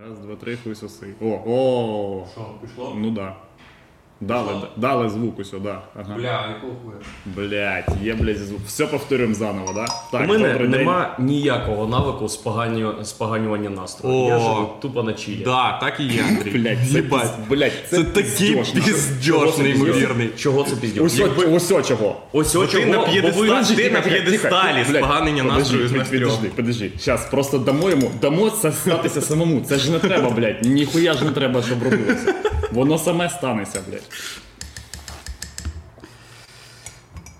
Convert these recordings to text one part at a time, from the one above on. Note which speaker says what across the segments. Speaker 1: два, три, хуй соси. О, о,
Speaker 2: Що, пішло?
Speaker 1: ну да. Дали,
Speaker 2: Що?
Speaker 1: дали звук усю, да. Ага.
Speaker 2: Бля, якого хуя?
Speaker 1: Блять, є, блядь, звук. Все повторюємо заново, да?
Speaker 3: У мене
Speaker 1: добрий день.
Speaker 3: нема ніякого навику споганю- споганювання настрою.
Speaker 2: О.
Speaker 3: Я живу тупо на чилі.
Speaker 2: Да, так і є, Андрій.
Speaker 1: Блять, це,
Speaker 2: Єбать.
Speaker 1: піз- блядь,
Speaker 2: Це такий
Speaker 1: піздьош, нахуй.
Speaker 2: піздьош неймовірний.
Speaker 3: Чого це піздюк?
Speaker 1: Усьо, усьо чого.
Speaker 3: Ось ось
Speaker 2: ти на п'єдесталі.
Speaker 3: ви-
Speaker 2: Ти
Speaker 1: Подожди,
Speaker 2: на
Speaker 1: тихо, тихо,
Speaker 2: п'єдесталі
Speaker 1: тихо, блядь,
Speaker 2: споганення
Speaker 1: подожди,
Speaker 2: настрою з
Speaker 1: блядь,
Speaker 2: нас трьох.
Speaker 1: Подожди, подожди. Щас, просто дамо йому, дамо це статися самому. Це ж не треба, блядь. Ніхуя ж не треба, щоб робилося. Воно саме станеться, блядь.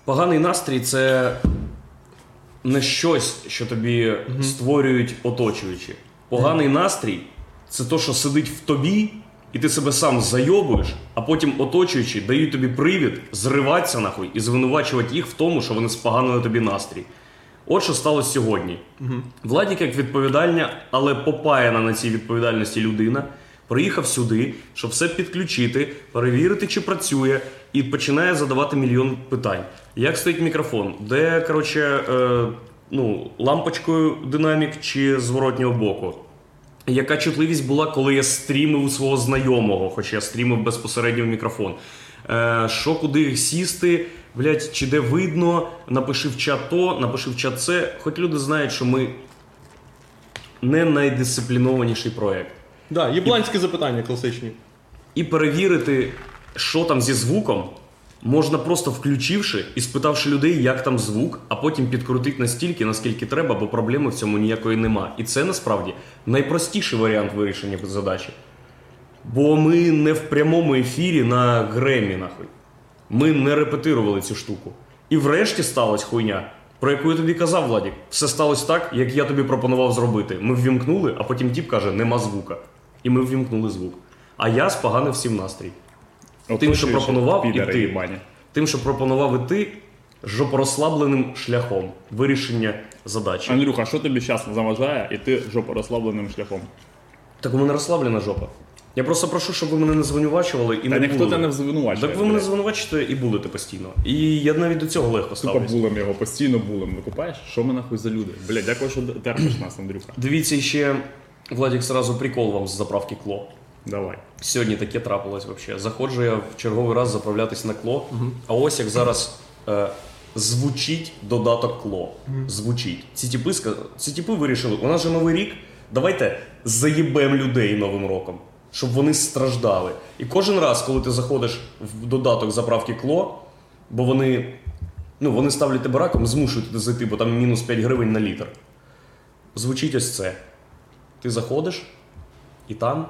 Speaker 3: Поганий настрій це не щось, що тобі створюють оточуючі. Поганий настрій це то, що сидить в тобі, і ти себе сам зайобуєш, а потім оточуючі дають тобі привід зриватися нахуй і звинувачувати їх в тому, що вони споганили тобі настрій. От що сталося сьогодні. Владік як відповідальна, але попаяна на цій відповідальності людина. Приїхав сюди, щоб все підключити, перевірити, чи працює, і починає задавати мільйон питань. Як стоїть мікрофон? Де, коротше, е, ну, лампочкою динамік чи зворотнього боку? Яка чутливість була, коли я стрімив у свого знайомого, хоч я стрімив безпосередньо в мікрофон. Е, що куди сісти, блядь, чи де видно, напиши в чат то, напиши в чат це. Хоч люди знають, що ми не найдисциплінованіший проєкт.
Speaker 4: Да, єбланські запитання класичні.
Speaker 3: І перевірити, що там зі звуком, можна просто включивши і спитавши людей, як там звук, а потім підкрутити настільки, наскільки треба, бо проблеми в цьому ніякої нема. І це насправді найпростіший варіант вирішення задачі. Бо ми не в прямому ефірі на Гремі, нахуй. Ми не репетирували цю штуку. І врешті сталася хуйня, про яку я тобі казав, Владік. Все сталося так, як я тобі пропонував зробити. Ми ввімкнули, а потім тіп каже, нема звука. І ми ввімкнули звук. А я споганив всім настрій. Тим, що пропонував, і
Speaker 1: Підери,
Speaker 3: ти.
Speaker 1: їбані.
Speaker 3: Тим, що пропонував іти жопорозслабленим шляхом вирішення задачі.
Speaker 1: Андрюха, що тобі зараз заважає, і ти жопорозслабленим шляхом?
Speaker 3: Так у мене розслаблена жопа. Я просто прошу, щоб ви мене не звинувачували і
Speaker 1: Та
Speaker 3: не
Speaker 1: ніхто
Speaker 3: були.
Speaker 1: тебе не звинувачує.
Speaker 3: Так ви мене
Speaker 1: блядь.
Speaker 3: звинувачите і булите постійно. І я навіть до цього
Speaker 1: Тупо
Speaker 3: легко ставлюсь.
Speaker 1: булем його, постійно булем. Викупаєш? Що ми нахуй за люди? Блядь, дякую, що терпиш нас, Андрюха.
Speaker 3: Дивіться ще, Владік, сразу прикол вам з заправки кло.
Speaker 1: Давай.
Speaker 3: Сьогодні таке трапилось взагалі. Заходжу я в черговий раз заправлятись на кло. А ось як зараз е, звучить додаток кло. Звучить. Ці тіпи, ска- ці тіпи вирішили, у нас же новий рік. Давайте заїбем людей новим роком, щоб вони страждали. І кожен раз, коли ти заходиш в додаток заправки кло, бо вони, ну, вони ставлять тебе раком, змушують тебе зайти, бо там мінус 5 гривень на літр. Звучить ось це. Ти заходиш, і там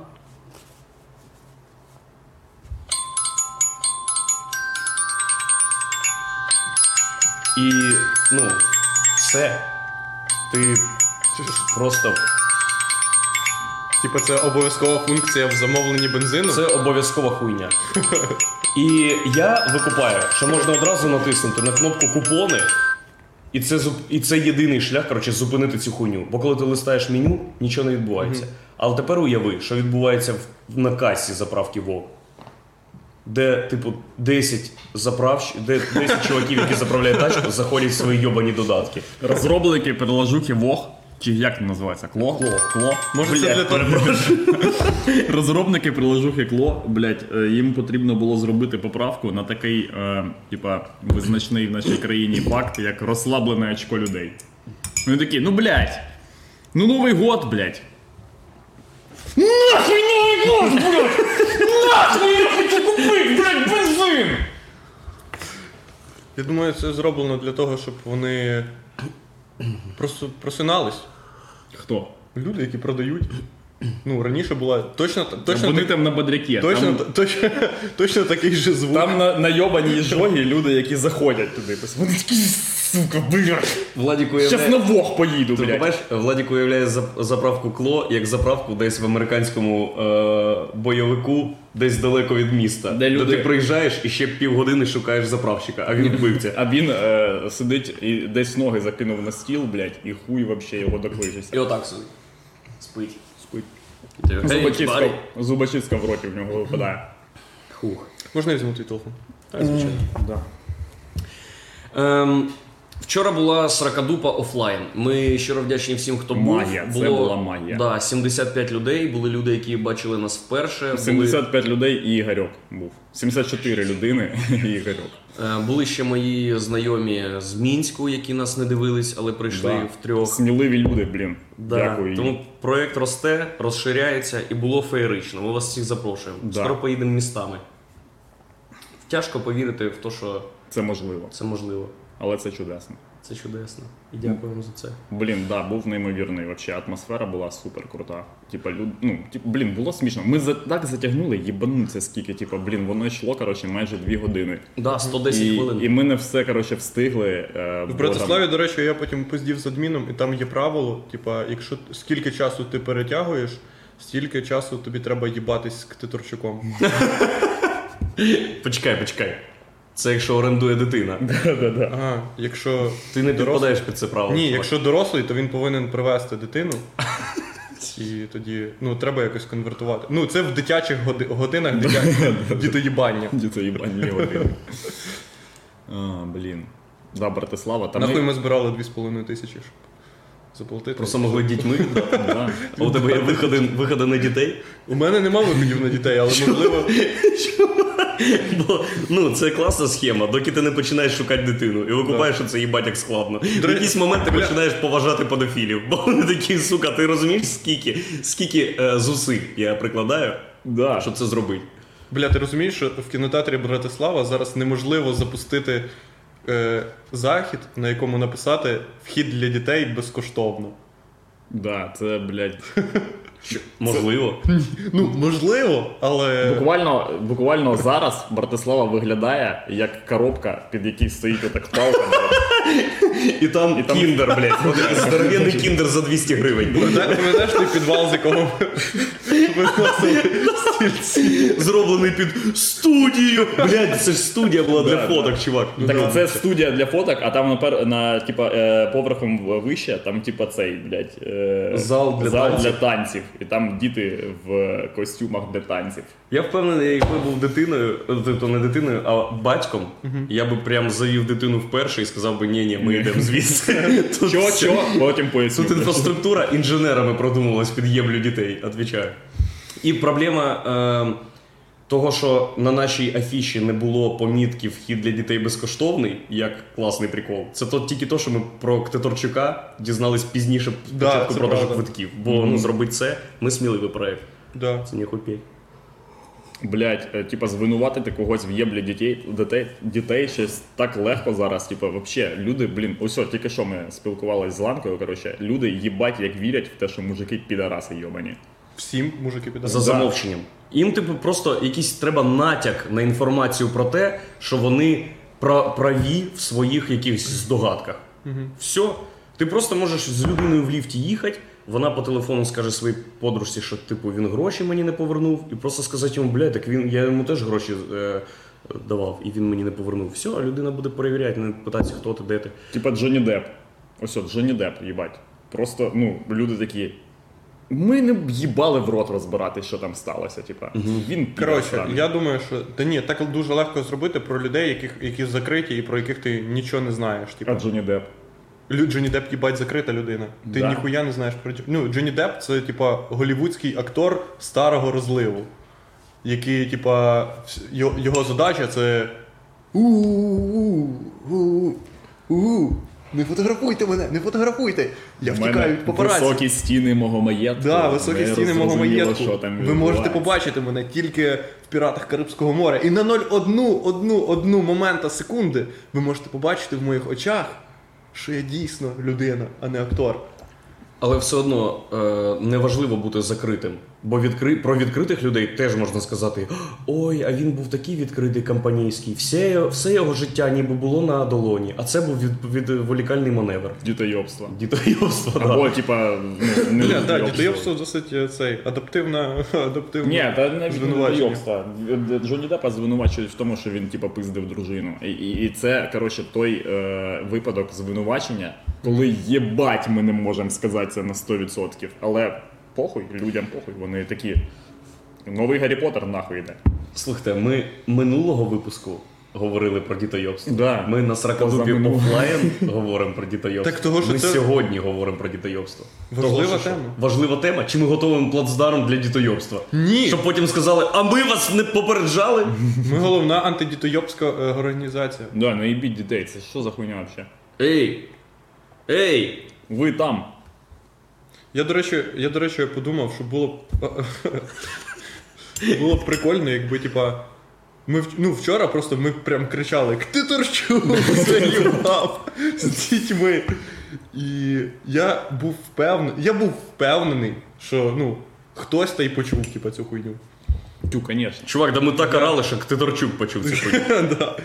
Speaker 3: І ну, все. Ти просто
Speaker 4: Типа це обов'язкова функція в замовленні бензину.
Speaker 3: це обов'язкова хуйня. І я викупаю, що можна одразу натиснути на кнопку купони, і це зуп- і це єдиний шлях, коротше, зупинити цю хуйню. Бо коли ти листаєш меню, нічого не відбувається. Але тепер уяви, що відбувається в- на касі заправки Вов. Де, типу, 10 заправщ... де 10 чуваків, які заправляють тачку, заходять в свої йобані додатки.
Speaker 1: Розробники переложухи Вог. Чи як це називається? Кло?
Speaker 3: Кло.
Speaker 1: Кло.
Speaker 4: Може, це
Speaker 1: Блядь,
Speaker 4: для того-
Speaker 1: перепрошую. Розробники приложухи Кло, блядь, е, їм потрібно було зробити поправку на такий, е, типа, визначний в нашій країні факт, як розслаблене очко людей. Вони такі, ну блядь, ну Новий год, блядь. Нахуй Новий год, блядь! Нахуй я хочу купити, блядь, бензин!
Speaker 4: Я думаю, це зроблено для того, щоб вони просто просинались.
Speaker 1: Хто?
Speaker 4: Люди, які продають. Ну, раніше була точно, точно,
Speaker 1: Вони
Speaker 4: так-
Speaker 1: там на бодряке.
Speaker 4: точно,
Speaker 1: там-
Speaker 4: точно, точно такий же звук.
Speaker 1: Там на, найобані жоги люди, які заходять туди.
Speaker 3: Типу,
Speaker 1: Ось Вони такі, сука, блядь.
Speaker 3: Владіку
Speaker 1: Щас на вог поїду,
Speaker 3: Ти
Speaker 1: блядь.
Speaker 3: бачиш, Владік уявляє зап- заправку кло як заправку десь в американському е- бойовику, десь далеко від міста.
Speaker 1: Де люди-
Speaker 3: ти приїжджаєш і ще півгодини шукаєш заправщика, а він вбивця.
Speaker 1: А він е, сидить і десь ноги закинув на стіл, блядь, і хуй вообще його доклижеться.
Speaker 3: отак собі. Спить.
Speaker 1: Спить.
Speaker 3: І ти, «Ей,
Speaker 1: Зубочистка,
Speaker 3: барі!»
Speaker 1: зубочистка в роті в нього випадає.
Speaker 3: Хух.
Speaker 4: Можна я візьму твій телефон?
Speaker 3: Ем, Вчора була Сракадупа офлайн. Ми щиро вдячні всім, хто був.
Speaker 1: Магія, це була магія.
Speaker 3: Да, 75 людей. Були люди, які бачили нас вперше.
Speaker 1: 75 людей і Ігорьок був. 74 людини і Ігорьок.
Speaker 3: Були, е, були ще мої знайомі з Мінську, які нас не дивились, але прийшли
Speaker 1: Да.
Speaker 3: втрьох.
Speaker 1: Сміливі люди, блін.
Speaker 3: Да.
Speaker 1: Дякую. їм.
Speaker 3: Тому проект росте, розширяється і було феєрично. Ми вас всіх запрошуємо.
Speaker 1: Да.
Speaker 3: Скоро поїдемо містами. Тяжко повірити в те, що
Speaker 1: Це можливо,
Speaker 3: це можливо.
Speaker 1: але це чудесно.
Speaker 3: Це чудесно. І дякуємо за це.
Speaker 1: Блін, да, був неймовірний. Вообще атмосфера була супер крута. Типа, люд... ну, тип, блін, було смішно. Ми за... так затягнули, їбануться скільки. Типа, блін, воно йшло, коротше, майже дві години.
Speaker 3: Да, 110
Speaker 1: і,
Speaker 3: хвилин.
Speaker 1: і ми не все, коротше, встигли. Е,
Speaker 4: В
Speaker 1: бо
Speaker 4: Братиславі,
Speaker 1: там-
Speaker 4: до речі, я потім поздів з адміном, і там є правило: типа, якщо скільки часу ти перетягуєш, стільки часу тобі треба їбатись з Ктитурчуком.
Speaker 3: Почекай, почекай. Це якщо орендує дитина.
Speaker 4: Ага, якщо
Speaker 3: Ти не
Speaker 4: дорослий-
Speaker 3: підпадаєш під це право.
Speaker 4: Ні, якщо дорослий, то він повинен привезти дитину. І тоді ну треба якось конвертувати. Ну це в дитячих годи- годинах дитя- дітоїбання.
Speaker 1: Діти їбані години. А, блін. Да, Братислава, там.
Speaker 4: Нахуй ми збирали 2,5 тисячі, щоб заплатити.
Speaker 3: Просто могли дітьми.
Speaker 1: Да.
Speaker 3: А у тебе є виходи, виходи на дітей.
Speaker 4: У мене нема виходів на дітей, але можливо.
Speaker 3: Бо, ну, це класна схема, доки ти не починаєш шукати дитину і викупаєш, що це їбать як складно. В
Speaker 4: речі,
Speaker 3: якийсь момент ти
Speaker 4: бля-
Speaker 3: починаєш поважати педофілів. Бо вони такі, сука, ти розумієш, скільки, скільки е, зусиль я прикладаю,
Speaker 1: Да.
Speaker 3: щоб це зробити.
Speaker 4: Бля, ти розумієш, що в кінотеатрі Братислава зараз неможливо запустити е, захід, на якому написати вхід для дітей безкоштовно.
Speaker 1: Да, це, блядь.
Speaker 3: Можливо.
Speaker 4: Ну, можливо, але.
Speaker 1: Буквально, буквально зараз Братислава виглядає як коробка, під якій стоїть отак палка. блядь.
Speaker 3: І там,
Speaker 1: І там-
Speaker 3: кіндер, блядь. От такий Здоровенний кіндер за 200 гривень.
Speaker 4: Пам'ятаєш- Пам'ятаєш той підвал, з якого ми виносили
Speaker 3: Зроблений під студію. Блядь, це ж студія була
Speaker 1: Да,
Speaker 3: для фоток, чувак. Ну,
Speaker 1: Так це студія для фоток, а там напер, на типа е, поверхом в- вище, там типа цей, блядь, е,
Speaker 3: Зал для
Speaker 1: зал
Speaker 3: танців.
Speaker 1: для танців. І там діти в костюмах для танців.
Speaker 3: Я впевнений, якби був дитиною, е, тобто не дитиною, а батьком, я би прям завів дитину вперше і сказав би, ні, ні, ми йдемо звідси. Тут
Speaker 1: Чо,
Speaker 3: все-
Speaker 1: чо? Потім поясню.
Speaker 3: Тут інфраструктура інженерами продумувалась під ємлю дітей, відповідаю. І проблема е, того, що на нашій афіші не було помітки вхід для дітей безкоштовний, як класний прикол. Це то тільки то, що ми про Ктиторчука дізнались пізніше
Speaker 4: Да,
Speaker 3: початку
Speaker 4: це
Speaker 3: продажу
Speaker 4: правда.
Speaker 3: квитків. Бо ну, зробити це, ми сміливий проект.
Speaker 4: Да.
Speaker 3: Це не хупій.
Speaker 1: Блять, е, типа звинуватити когось в єблі дітей, дітей, дітей щось так легко зараз. Типа, вообще, люди, блін, ось от, тільки що ми спілкувалися з ланкою. Коротше, люди їбать, як вірять в те, що мужики підараси йобані.
Speaker 4: Всім мужики підали.
Speaker 3: за замовченням. Їм, типу, просто якийсь треба натяк на інформацію про те, що вони пра- праві в своїх якихось здогадках. Все. Ти просто можеш з людиною в ліфті їхати, вона по телефону скаже своїй подружці, що типу він гроші мені не повернув, і просто сказати йому, бля, так він я йому теж гроші е, давав, і він мені не повернув. Все, а людина буде перевіряти, не питатися, хто ти, де ти.
Speaker 1: Типа Джонні Деп. Ось от Джонні Деп, їбать. Просто, ну, люди такі. Ми не б їбали в рот розбирати, що там сталося. Типа, він підар
Speaker 4: Коротше,
Speaker 1: сраний.
Speaker 4: я думаю, що та ні, так дуже легко зробити про людей, яких які закриті і про яких ти нічого не знаєш.
Speaker 1: а
Speaker 4: Типу,
Speaker 1: Джонні Деп.
Speaker 4: Лю- Джонні Депп, їбать, закрита людина. Ти
Speaker 1: Да.
Speaker 4: ніхуя не знаєш про Дж- ну, Джонні Депп це типа голівудський актор старого розливу, який, типа, вс- йо- його задача це. У-у-у-у-у-у. Не фотографуйте мене, не фотографуйте! Я
Speaker 1: У
Speaker 4: втікаю від папараці.
Speaker 1: високі стіни мого маєтку.
Speaker 4: Да, високі
Speaker 1: Не
Speaker 4: стіни мого
Speaker 1: зрозуміло,
Speaker 4: маєтку.
Speaker 1: що там
Speaker 4: Ви можете
Speaker 1: відбувається.
Speaker 4: побачити мене тільки в піратах Карибського моря. І на 0,1, одну, одну момента секунди ви можете побачити в моїх очах, що я дійсно людина, а не актор.
Speaker 3: Але все одно е, неважливо бути закритим. Бо відкри... про відкритих людей теж можна сказати: ой, а він був такий відкритий компанійський, все, все його життя ніби було на долоні, а це був від, відволікальний маневр.
Speaker 1: Дітойобство.
Speaker 3: Дітойовство, да.
Speaker 1: Або, типа, ну, не
Speaker 4: Бля, да,
Speaker 1: дітойобство.
Speaker 4: дітейство досить е, цей адаптивна. адаптивна.
Speaker 1: Ні, та не
Speaker 4: Звинувачення.
Speaker 1: звинувачення. е, Джонні Деппа звинувачують в тому, що він типа пиздив дружину. І, і, і це коротше той е, випадок звинувачення, коли єбать ми не можемо сказати це на 100%. Але похуй, людям похуй, вони такі. Новий Гаррі Поттер нахуй йде.
Speaker 3: Слухайте, ми минулого випуску говорили про дітойобство.
Speaker 1: Да.
Speaker 3: Ми на Сракадубі
Speaker 1: Позаминуло.
Speaker 3: офлайн говоримо про дітойобство.
Speaker 4: Так того, що
Speaker 3: ми
Speaker 4: це-
Speaker 3: сьогодні говоримо про дітойобство.
Speaker 4: Важлива
Speaker 3: Того, що-
Speaker 4: тема.
Speaker 3: Важлива тема. Чи ми готовим плацдарм для дітойобства?
Speaker 4: Ні.
Speaker 3: Щоб потім сказали, а ми вас не попереджали.
Speaker 4: Ми головна антидітойобська е, організація.
Speaker 1: Да, не їбіть дітей, це що за хуйня взагалі?
Speaker 3: Ей! Ей!
Speaker 1: Ви там.
Speaker 4: Я, до речі, я, до речі, подумав, що було б. було б прикольно, якби, типа. Ми в... ну, вчора просто ми прям кричали: Ти торчу! Заїбав з дітьми. І я був впевнений. Я був впевнений, що ну, хтось та й почув, типа, цю хуйню.
Speaker 1: Тю, звісно.
Speaker 3: Чувак, да ми так орали, що Ктитарчук почув цю хуйню.
Speaker 4: да.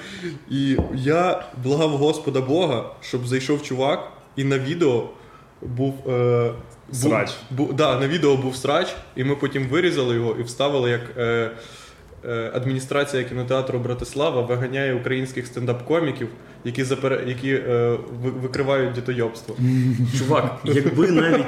Speaker 4: І я благав Господа Бога, щоб зайшов чувак, і на відео був. Е, бу-
Speaker 1: Срач.
Speaker 4: бу- да, на відео був срач, і ми потім вирізали його і вставили як. Е, е, Адміністрація кінотеатру Братислава виганяє українських стендап-коміків, які запере... які е, ви- викривають дітойобство.
Speaker 3: Чувак, якби навіть.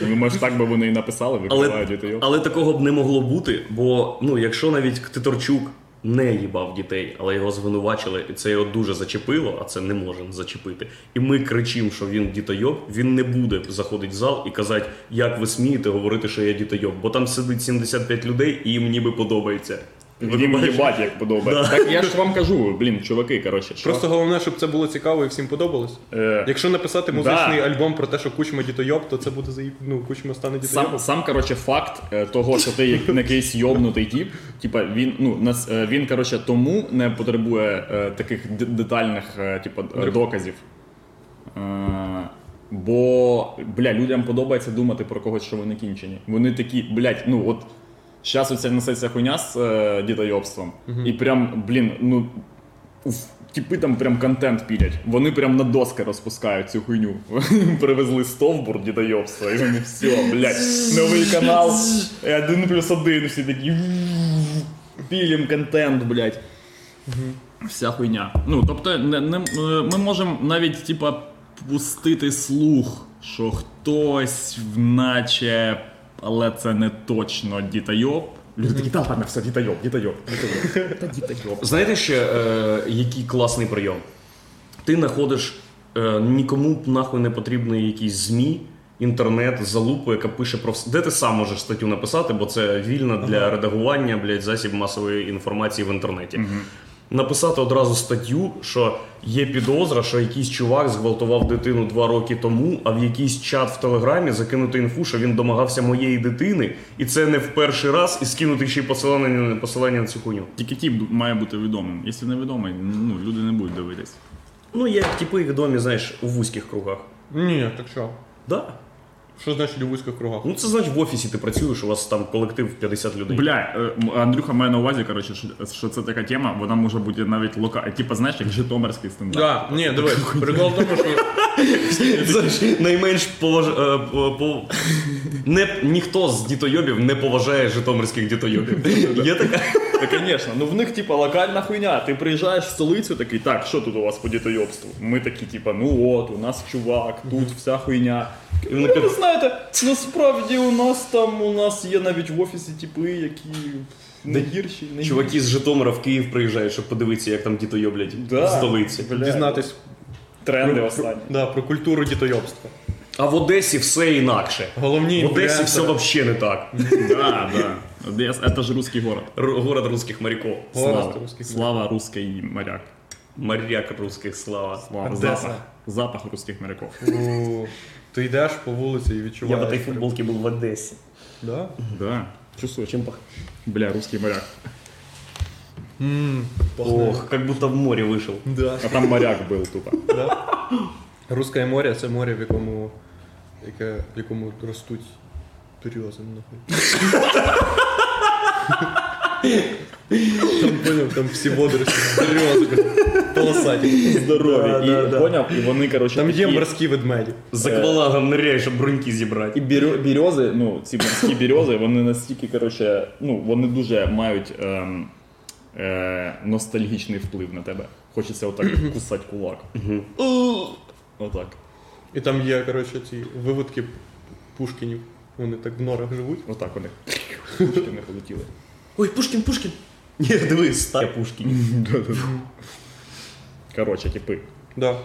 Speaker 1: Думаєш, Ну, так би вони і написали,
Speaker 3: Але,
Speaker 1: викривають дітей.
Speaker 3: але такого б не могло бути, бо ну, якщо навіть Ктиторчук не їбав дітей, але його звинувачили, і це його дуже зачепило, а це не може зачепити. І ми кричимо, що він дітойоб, він не буде заходити в зал і казати, як ви смієте говорити, що я дітойоб, бо там сидить 75 людей і їм ніби подобається.
Speaker 1: Їм їбать, як подобається. Так я ж вам кажу, блін, чуваки, коротше. що-
Speaker 4: Просто головне, щоб це було цікаво і всім подобалось.
Speaker 1: Е,
Speaker 4: Якщо написати музичний альбом про те, що кучма дітойоб, то це буде заїб... ну, кучма стане
Speaker 1: Сам,
Speaker 4: дітойобом.
Speaker 1: сам коротше, факт е, того, що ти як якийсь йобнутий тіп, типа він, ну, нас, е, він коротше, тому не потребує е, таких д- детальних е, типа, е, доказів. Е, бо, бля, людям подобається думати про когось, що вони кінчені. Вони такі, блядь, ну от зараз оця несеться хуйня з е, дітойобством, і прям, блін, ну. уф, Тіпи там прям контент пілять. Вони прям на доски розпускають цю хуйню. Привезли стовбур дідайобства, і вони все, блядь, новий канал, і один плюс один, всі такі. Пілім контент, блядь. Вся хуйня. Ну, тобто, не, не, е, ми можемо навіть, типа, пустити слух, що хтось, наче, але це не точно дітайоб. Люди такі, та ладно, все, дітайоб, дітайоб, дітайоб. Та дітайоб.
Speaker 3: Знаєте ще, е, який класний прийом? Ти знаходиш е, нікому б нахуй не потрібний якийсь ЗМІ, інтернет, залупу, яка пише про все. Де ти сам можеш статтю написати, бо це вільно для редагування, блядь, засіб масової інформації в інтернеті. Написати одразу статтю, що є підозра, що якийсь чувак зґвалтував дитину два роки тому, а в якийсь чат в телеграмі закинути інфу, що він домагався моєї дитини, і це не в перший раз, і скинути ще й посилання, посилання на цю хуйню.
Speaker 1: Тільки тіп має бути відомим. Якщо не відомий, ну люди не будуть дивитись.
Speaker 3: Ну, є типи відомі, знаєш, у вузьких кругах.
Speaker 4: Ні, так що?
Speaker 3: Да.
Speaker 4: Що значить у вузьких кругах?
Speaker 3: Ну це значить в офісі ти працюєш, у вас там колектив 50 людей.
Speaker 1: Бля, е, м- Андрюха має на увазі, коротше, що, що це така тема, вона може бути навіть лока. е, Типа, знаєш, як житомирський стендап.
Speaker 4: Да, ні, дивись, прикол в тому, що
Speaker 3: Знаєш, найменш поваж... е, по... по- Не... ніхто з дітойобів не поважає житомирських дітойобів. Є така.
Speaker 1: Та, звісно, ну в них типа локальна хуйня. Ти приїжджаєш в столицю, такий, так, що тут у вас по дітойобству? Ми такі, типа, ну от, у нас чувак, тут вся хуйня.
Speaker 3: І вони
Speaker 1: Ви
Speaker 3: кажуть,
Speaker 1: знаєте, насправді у нас там у нас є навіть в офісі типи, які не гірші, не гірші.
Speaker 3: Чуваки з Житомира в Київ приїжджають, щоб подивитися, як там дітойоблять
Speaker 1: Да.
Speaker 3: в столиці.
Speaker 1: Бля,
Speaker 4: дізнатись
Speaker 1: тренди
Speaker 4: про-
Speaker 1: останні.
Speaker 4: да, про культуру дітойобства.
Speaker 3: А в Одесі все інакше.
Speaker 4: Головні
Speaker 3: В Одесі
Speaker 4: інфлюенсери.
Speaker 3: все взагалі не так.
Speaker 1: Да, да. Одеса, это же русский город.
Speaker 3: Р- Город русських моряков.
Speaker 4: Город
Speaker 1: Слава,
Speaker 4: русских
Speaker 1: слава русский моряк.
Speaker 3: Моряк русських слава.
Speaker 1: Слава,
Speaker 4: Одеса.
Speaker 1: запах. Запах русских моряков.
Speaker 4: О, Ти йдеш по вулиці і
Speaker 3: Я
Speaker 4: відчуваєш.
Speaker 3: в этой футболці був в Одесі.
Speaker 4: Да?
Speaker 1: Да. Чувствую, чем пах. Бля, русский моряк.
Speaker 3: Ох, как будто в море вышел.
Speaker 4: Да.
Speaker 1: А там моряк был тупо.
Speaker 4: да. Русське море це море, в якому, яке, в якому ростуть берези, нахуй. Там поняв, там всі водорості з березок, полосаті,
Speaker 1: Здорові.
Speaker 4: здорові.
Speaker 1: І
Speaker 3: да, да.
Speaker 1: поняв, і вони, короче,
Speaker 4: Там є
Speaker 1: такі-
Speaker 4: морські ведмеді.
Speaker 3: З аквалагом ныряєш, щоб бруньки
Speaker 1: І
Speaker 3: зібрати.
Speaker 1: берё- берези, ну, ці морські берези, вони настільки, коротше, ну, вони дуже мають ем, е, ностальгічний вплив на тебе. Хочеться отак кусати кулак. Отак.
Speaker 4: І там є, коротше, ці виводки Пушкінів. Вони так в норах живуть.
Speaker 1: Отак вони. Пушки не полетіли.
Speaker 3: Ой, Пушкін, Пушкін! Ні, дивись, стая Пушкіні.
Speaker 1: Коротше, типи.
Speaker 4: Да.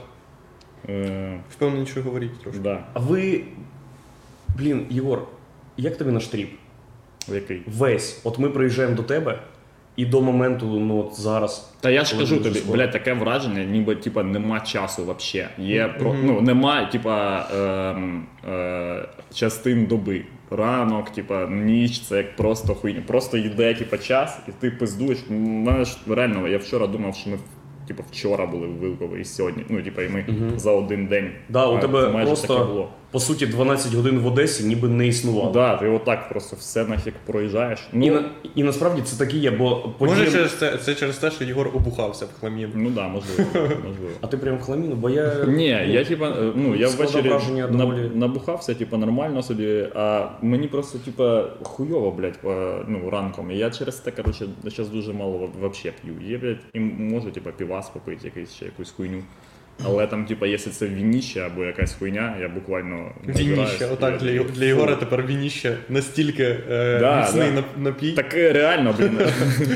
Speaker 1: Е,
Speaker 4: Впевненіше говоріть трошки.
Speaker 1: да.
Speaker 3: А ви. Блін, Єгор, як тобі наш тріп?
Speaker 1: Який?
Speaker 3: Весь. От ми приїжджаємо до тебе, і до моменту, ну от зараз.
Speaker 1: Та я ж
Speaker 3: Коли
Speaker 1: кажу
Speaker 3: дуже
Speaker 1: тобі,
Speaker 3: скоро.
Speaker 1: блядь, таке враження, ніби типа нема часу вообще. Є про ну нема, типа ем, е, частин доби. Ранок, типа ніч, це як просто хуйня. Просто йде типа час, і ти пиздуєш. У мене ж реально, я вчора думав, що ми типа вчора були в Вилково і сьогодні. Ну, типа, і ми за один день.
Speaker 3: Да, у
Speaker 1: Е,
Speaker 3: тебе
Speaker 1: майже таке
Speaker 3: просто,
Speaker 1: було.
Speaker 3: по суті, 12 годин в Одесі ніби не існувало.
Speaker 1: Да, ти отак просто все нафіг проїжджаєш. Ну,
Speaker 3: І, на, і насправді це таке є, бо
Speaker 4: Може,
Speaker 3: подіям-
Speaker 4: через це, це через те, що Єгор обухався в хламін.
Speaker 1: ну да, можливо, можливо.
Speaker 3: А ти прям в хламіну, бо я.
Speaker 1: Ні, я типа, е, ну я
Speaker 3: Складав
Speaker 1: ввечері
Speaker 3: враження
Speaker 1: наб-
Speaker 3: доволі-
Speaker 1: набухався, типа нормально собі, а мені просто типа хуйово, блядь, е, ну ранком. І я через те, короче, зараз дуже мало во- вообще п'ю. Є, блядь, і можу, типа, півас попити якийсь ще якусь хуйню. Але там, типа, якщо це вініще або якась хуйня, я буквально набираюсь,
Speaker 4: Вініще, отак
Speaker 1: блядь,
Speaker 4: для,
Speaker 1: і-
Speaker 4: Його- для Єгора тепер вініще настільки е,
Speaker 1: Да,
Speaker 4: міцний
Speaker 1: да.
Speaker 4: нап- напій.
Speaker 1: Так е, реально, блін.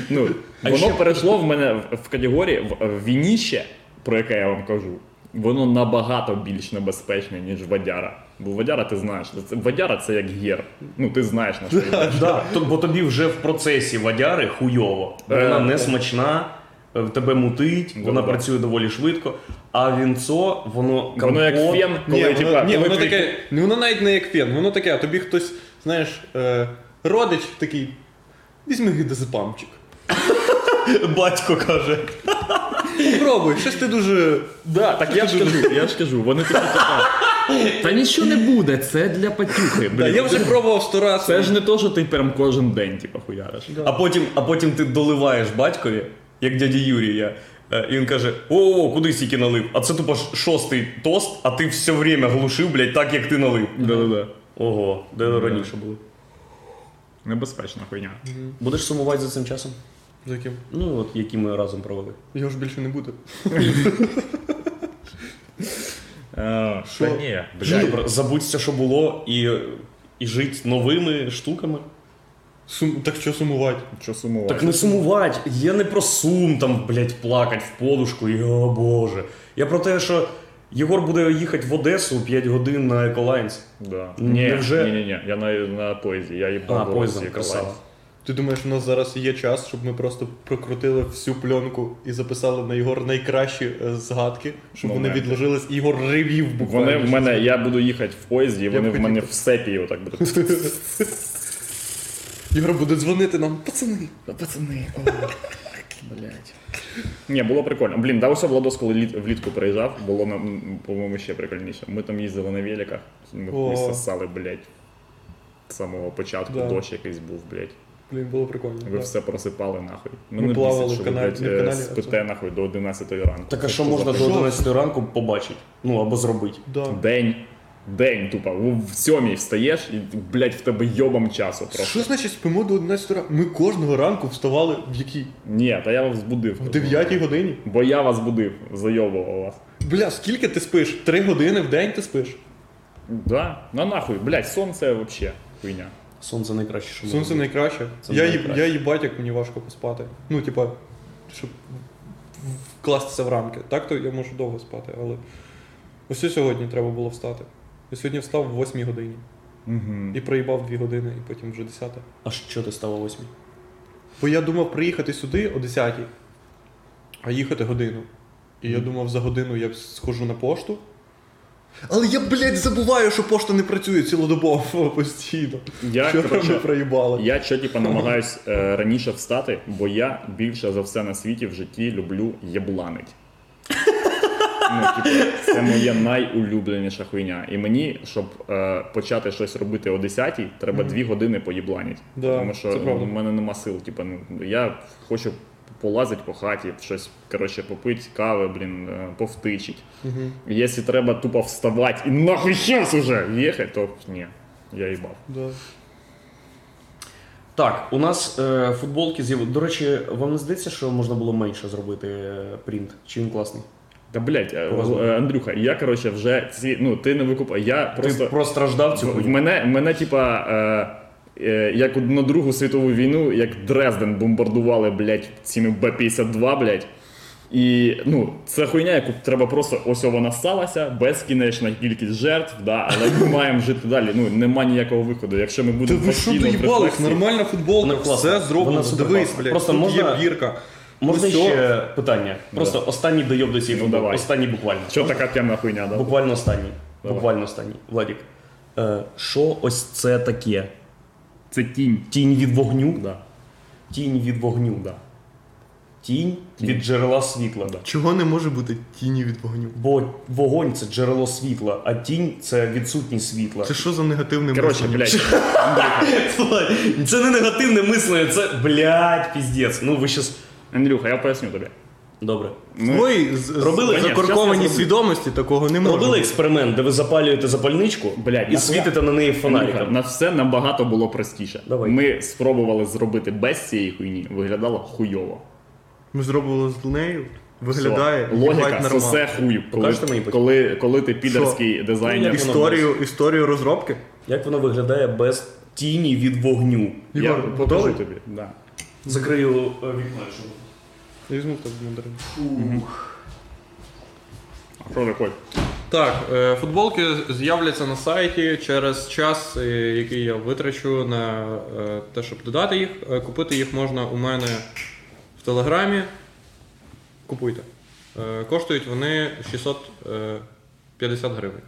Speaker 1: ну, воно перейшло в мене в- в категорії в- в вініще, про яке я вам кажу, воно набагато більш небезпечне, ніж водяра. Бо водяра ти знаєш, це, водяра це як гер. Ну ти знаєш на що. йде.
Speaker 3: Да, то, бо тобі вже в процесі вадяри хуйово. Вона
Speaker 1: Е,
Speaker 3: не смачна, е, тебе мутить, вона
Speaker 1: Да-да.
Speaker 3: працює доволі швидко. А вінцо, воно
Speaker 1: Воно як
Speaker 3: компот.
Speaker 1: фен, коли
Speaker 4: Ні, воно,
Speaker 1: типа.
Speaker 4: ні,
Speaker 1: коли
Speaker 4: воно
Speaker 1: ти-
Speaker 4: таке, ну воно навіть не як фен, воно таке, а тобі хтось, знаєш, е, родич такий, візьми гідозепамчик.
Speaker 3: батько каже.
Speaker 4: Попробуй, щось ти дуже.
Speaker 1: Да, так я ж кажу, я ж кажу, вони типу така. Та нічого не буде, це для патюхи.
Speaker 4: Та,
Speaker 1: Блін.
Speaker 4: я вже пробував сто раз.
Speaker 1: Це ж не то, що ти прям кожен день, типу, хуяриш.
Speaker 3: А потім, а потім ти доливаєш батькові, як дяді Юрій. Я. Е, І він каже: о, куди стільки налив? А це тупо ж шостий тост, а ти все время глушив, блядь, так як ти налив.
Speaker 1: Да-да-да.
Speaker 3: Ого, де раніше були.
Speaker 1: Небезпечна хуйня.
Speaker 3: Будеш сумувати за цим часом?
Speaker 4: За яким?
Speaker 3: Ну, от які ми разом провели.
Speaker 4: Його ж більше не буде.
Speaker 1: Е,
Speaker 4: Що?
Speaker 1: Та ні, блядь.
Speaker 3: Блядь, забудь все, що було, і, і жить новими штуками.
Speaker 4: Сум... Так що сумувати?
Speaker 1: Що сумувати?
Speaker 3: Так не сумувати. Я не про сум там, блядь, плакать в подушку. І, о Боже. Я про те, що Єгор буде їхати в Одесу 5 годин на Еколайнс.
Speaker 1: Да.
Speaker 3: Ні,
Speaker 1: Ні,
Speaker 3: вже-
Speaker 1: ні, ні, ні, я на, на поїзді, я їбав
Speaker 3: А,
Speaker 1: в
Speaker 3: поїздом,
Speaker 1: Росії,
Speaker 3: красава.
Speaker 1: Калаїс.
Speaker 4: Ти думаєш, у нас зараз є час, щоб ми просто прокрутили всю пленку і записали на Єгор найкращі е, згадки, щоб вони
Speaker 1: Моменти.
Speaker 4: відложились. І Єгор ревів буквально.
Speaker 1: Вони в мене, я буду їхати в поїзді, і вони
Speaker 4: б
Speaker 1: в мене в сепі отак будуть.
Speaker 4: Єгор буде дзвонити нам, пацани.
Speaker 1: Пацани, блядь. Ні, було прикольно. Блін, да, усе Владос, коли літ, влітку приїжджав, було, на- м, по-моєму, ще прикольніше. Ми там їздили на великах, ми
Speaker 4: О.
Speaker 1: хуй сосали, блядь. З самого початку
Speaker 4: Да.
Speaker 1: дощ якийсь був, блядь.
Speaker 4: Блін, було прикольно.
Speaker 1: Ви
Speaker 4: да.
Speaker 1: все просипали нахуй.
Speaker 4: Ми
Speaker 1: бісить,
Speaker 4: плавали
Speaker 1: що
Speaker 4: в
Speaker 1: ви,
Speaker 4: каналі-
Speaker 1: блядь,
Speaker 4: не в
Speaker 1: е,
Speaker 4: каналі, а
Speaker 1: спите нахуй до 11 ранку.
Speaker 3: Так а
Speaker 1: Це
Speaker 3: що
Speaker 1: за
Speaker 3: можна до
Speaker 4: жах?
Speaker 3: 11 ранку побачити? Ну або зробити.
Speaker 4: Да.
Speaker 1: День. День, тупо. В в сьомій встаєш і, блядь, в тебе йобом часу просто.
Speaker 4: Що значить спимо до 11 ранку? Ми кожного ранку вставали в якій?
Speaker 1: Ні, та я вас збудив.
Speaker 4: В 9 годині?
Speaker 1: Бо я вас будив, зайобував вас.
Speaker 4: Бля, скільки ти спиш? Три години в день ти спиш?
Speaker 1: Да? На нахуй, блядь, сонце вообще хуйня.
Speaker 3: Сонце найкраще, що може
Speaker 4: Сонце
Speaker 3: бути.
Speaker 4: найкраще.
Speaker 3: Це
Speaker 4: Я, їб-
Speaker 3: Ну, найкраще.
Speaker 4: я їбать, як мені важко поспати. Ну, типа, щоб вкластися в рамки. Так то я можу довго спати, але ось і сьогодні треба було встати. Я сьогодні встав в 8 годині
Speaker 1: Угу.
Speaker 4: і проїбав 2 години, і потім вже 10.
Speaker 3: А що ти став о 8?
Speaker 4: Бо я думав приїхати сюди о 10, а їхати годину. І я думав, за годину я схожу на пошту. Але я, блядь, забуваю, що пошта не працює цілодобово постійно.
Speaker 1: Я,
Speaker 4: Вчора
Speaker 1: коротше,
Speaker 4: ми проїбали.
Speaker 1: Я що, типа, намагаюсь е, раніше встати, бо я більше за все на світі в житті люблю єбланить. Ну, типу, це моя найулюбленіша хуйня. І мені, щоб е, почати щось робити о 10 треба дві години поєбланіть.
Speaker 4: Да,
Speaker 1: тому що
Speaker 4: це правда.
Speaker 1: в мене нема сил. Типу, ну, я хочу полазити по хаті, щось коротше, попити кави, блін, е, повтичить.
Speaker 4: Мгм.
Speaker 1: Якщо треба тупо вставати і нахуй час уже їхати, то ні, я їбав.
Speaker 4: Да.
Speaker 3: Так, у нас е, футболки з'явилися. До речі, вам не здається, що можна було менше зробити е, принт? Чи він класний?
Speaker 1: Та блять,
Speaker 3: Розумію.
Speaker 1: е, Андрюха, я коротше вже ці. Ну ти не викупай. Я
Speaker 3: Ти
Speaker 1: просто
Speaker 3: простраждав цю
Speaker 1: в
Speaker 3: хуйню.
Speaker 1: мене, мене типа. Е, е, як у- на Другу світову війну, як Дрезден бомбардували, блядь, цими Б-52, блядь. І ну, це хуйня, яку треба просто ось вона сталася, безкінечна кількість жертв, да, але ми маємо жити далі. Ну нема ніякого виходу. Якщо ми
Speaker 5: Та
Speaker 1: будемо
Speaker 5: ви що
Speaker 1: постійно в
Speaker 5: доїбались?
Speaker 1: рефлексії-
Speaker 5: Нормальна футболка,
Speaker 3: Вона класна.
Speaker 5: все зроблено.
Speaker 3: Вона
Speaker 5: Дивись,
Speaker 3: суперкласна.
Speaker 5: блядь,
Speaker 3: Просто
Speaker 5: тут
Speaker 3: можна-
Speaker 5: є бірка.
Speaker 3: Можна
Speaker 5: Ну, всьо.
Speaker 3: ще питання? Просто останній дойоб до цієї
Speaker 1: Ну,
Speaker 3: футболки.
Speaker 1: давай.
Speaker 3: Останній буквально.
Speaker 1: Що така темна хуйня, да?
Speaker 3: Буквально останній. Буквально останній. Владік. е, Що ось це таке?
Speaker 6: Це тінь.
Speaker 3: Тінь від вогню?
Speaker 1: Да.
Speaker 3: Тінь від вогню, да. Тінь від джерела світла. Да.
Speaker 5: Чого не може бути тіні від вогню?
Speaker 3: Бо вогонь це джерело світла, а тінь це відсутність світла.
Speaker 5: Це що за негативний
Speaker 1: Коротше,
Speaker 5: мислення?
Speaker 1: блядь.
Speaker 3: Це не негативне мислення, це блядь, піздець. Ну ви щас. Ну,
Speaker 1: Андрюха, я поясню тобі.
Speaker 3: Добре.
Speaker 5: Ми з- з-
Speaker 3: Робили-
Speaker 5: в закоркованій свідомості такого не може.
Speaker 3: Робили
Speaker 5: бути.
Speaker 3: експеримент, де ви запалюєте запальничку
Speaker 1: Блядь,
Speaker 3: і
Speaker 1: нахуя?
Speaker 3: світите на неї фонариком.
Speaker 1: На все набагато було простіше.
Speaker 3: Давай.
Speaker 1: Ми спробували зробити без цієї хуйні, виглядало хуйово.
Speaker 5: Ми зробили з нею.
Speaker 1: Все.
Speaker 5: Виглядає
Speaker 1: логіка,
Speaker 5: їбать, нормально.
Speaker 1: сосе хуй. Коли,
Speaker 3: Покажете мені потім? Ну,
Speaker 1: коли, коли ти підерський дизайнер.
Speaker 3: як воно
Speaker 5: Історію, історію розробки.
Speaker 3: Як воно виглядає без тіні від вогню?
Speaker 1: я
Speaker 5: Ігор,
Speaker 1: покажу
Speaker 5: готовий?
Speaker 1: тобі. Да.
Speaker 3: Закрию е, вікно, якщо ви-
Speaker 5: Я візьму так мандарин.
Speaker 1: А Що такое?
Speaker 4: Так, е, футболки з'являться на сайті через час, е, який я витрачу на е, те, щоб додати їх. Е, Купити їх можна у мене в Телеграмі. Купуйте. Е, Коштують вони 650 гривень.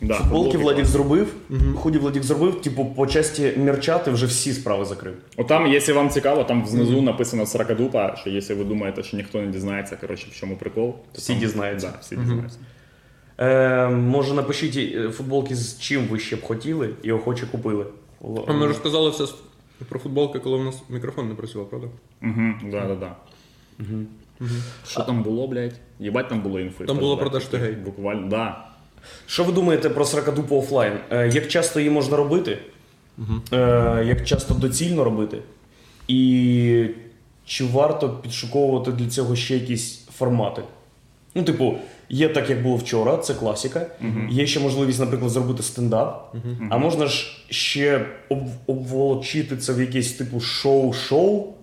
Speaker 1: Да.
Speaker 3: Полки Владік зробив, худі Владік зробив, типу, по часті мерча ти вже всі справи закрив.
Speaker 1: Отам, якщо вам цікаво, там внизу написано сракадупа, що якщо ви думаєте, що ніхто не дізнається, коротше, в чому прикол. то
Speaker 3: Всі
Speaker 1: там-
Speaker 3: дізнаються.
Speaker 1: Да, всі дізнаються.
Speaker 3: Е, може, напишіть е, футболки, з чим ви ще б хотіли і охоче купили. Л-
Speaker 4: А ми розказали все с- про футболки, коли у нас мікрофон не працював, правда?
Speaker 1: Угу, да, да, да. Що там було, блядь? Їбать там було інфи.
Speaker 4: Там було
Speaker 1: блядь,
Speaker 4: продаж
Speaker 1: таких
Speaker 4: тегей.
Speaker 1: Буквально, да.
Speaker 3: Що ви думаєте про сракадупу офлайн? Е, як часто її можна робити? Е, як часто доцільно робити? І чи варто підшуковувати для цього ще якісь формати? Ну, типу, є так, як було вчора, це класіка. Є ще можливість, наприклад, зробити стендап. А можна ж ще об- обволочити це в якесь типу шоу-шоу.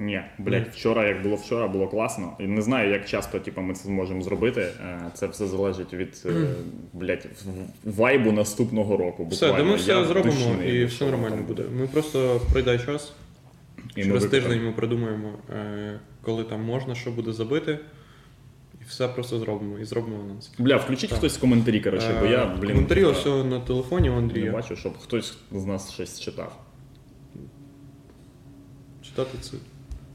Speaker 1: Ні, блядь, вчора, як було вчора, було класно. І не знаю, як часто типу, ми це зможемо зробити. Е, Це все залежить від е, блядь, в- вайбу наступного року.
Speaker 4: Все,
Speaker 1: буквально.
Speaker 4: де ми все
Speaker 1: Я
Speaker 4: зробимо
Speaker 1: душний,
Speaker 4: і
Speaker 1: якщо
Speaker 4: все
Speaker 1: воно
Speaker 4: нормально
Speaker 1: там
Speaker 4: буде. Ми просто пройде час.
Speaker 1: І ми
Speaker 4: Через
Speaker 1: виконали.
Speaker 4: тиждень ми придумаємо, е, коли там можна, що буде забити. І все просто зробимо. І зробимо анонс.
Speaker 1: Бля, включіть хтось коментарі, коротше, бо я,
Speaker 4: Е,
Speaker 1: блін,
Speaker 4: Коментарі
Speaker 1: я
Speaker 4: ось на телефоні у
Speaker 1: не
Speaker 4: Андрія.
Speaker 1: бачу, щоб хтось з нас щось читав.
Speaker 4: Читати це.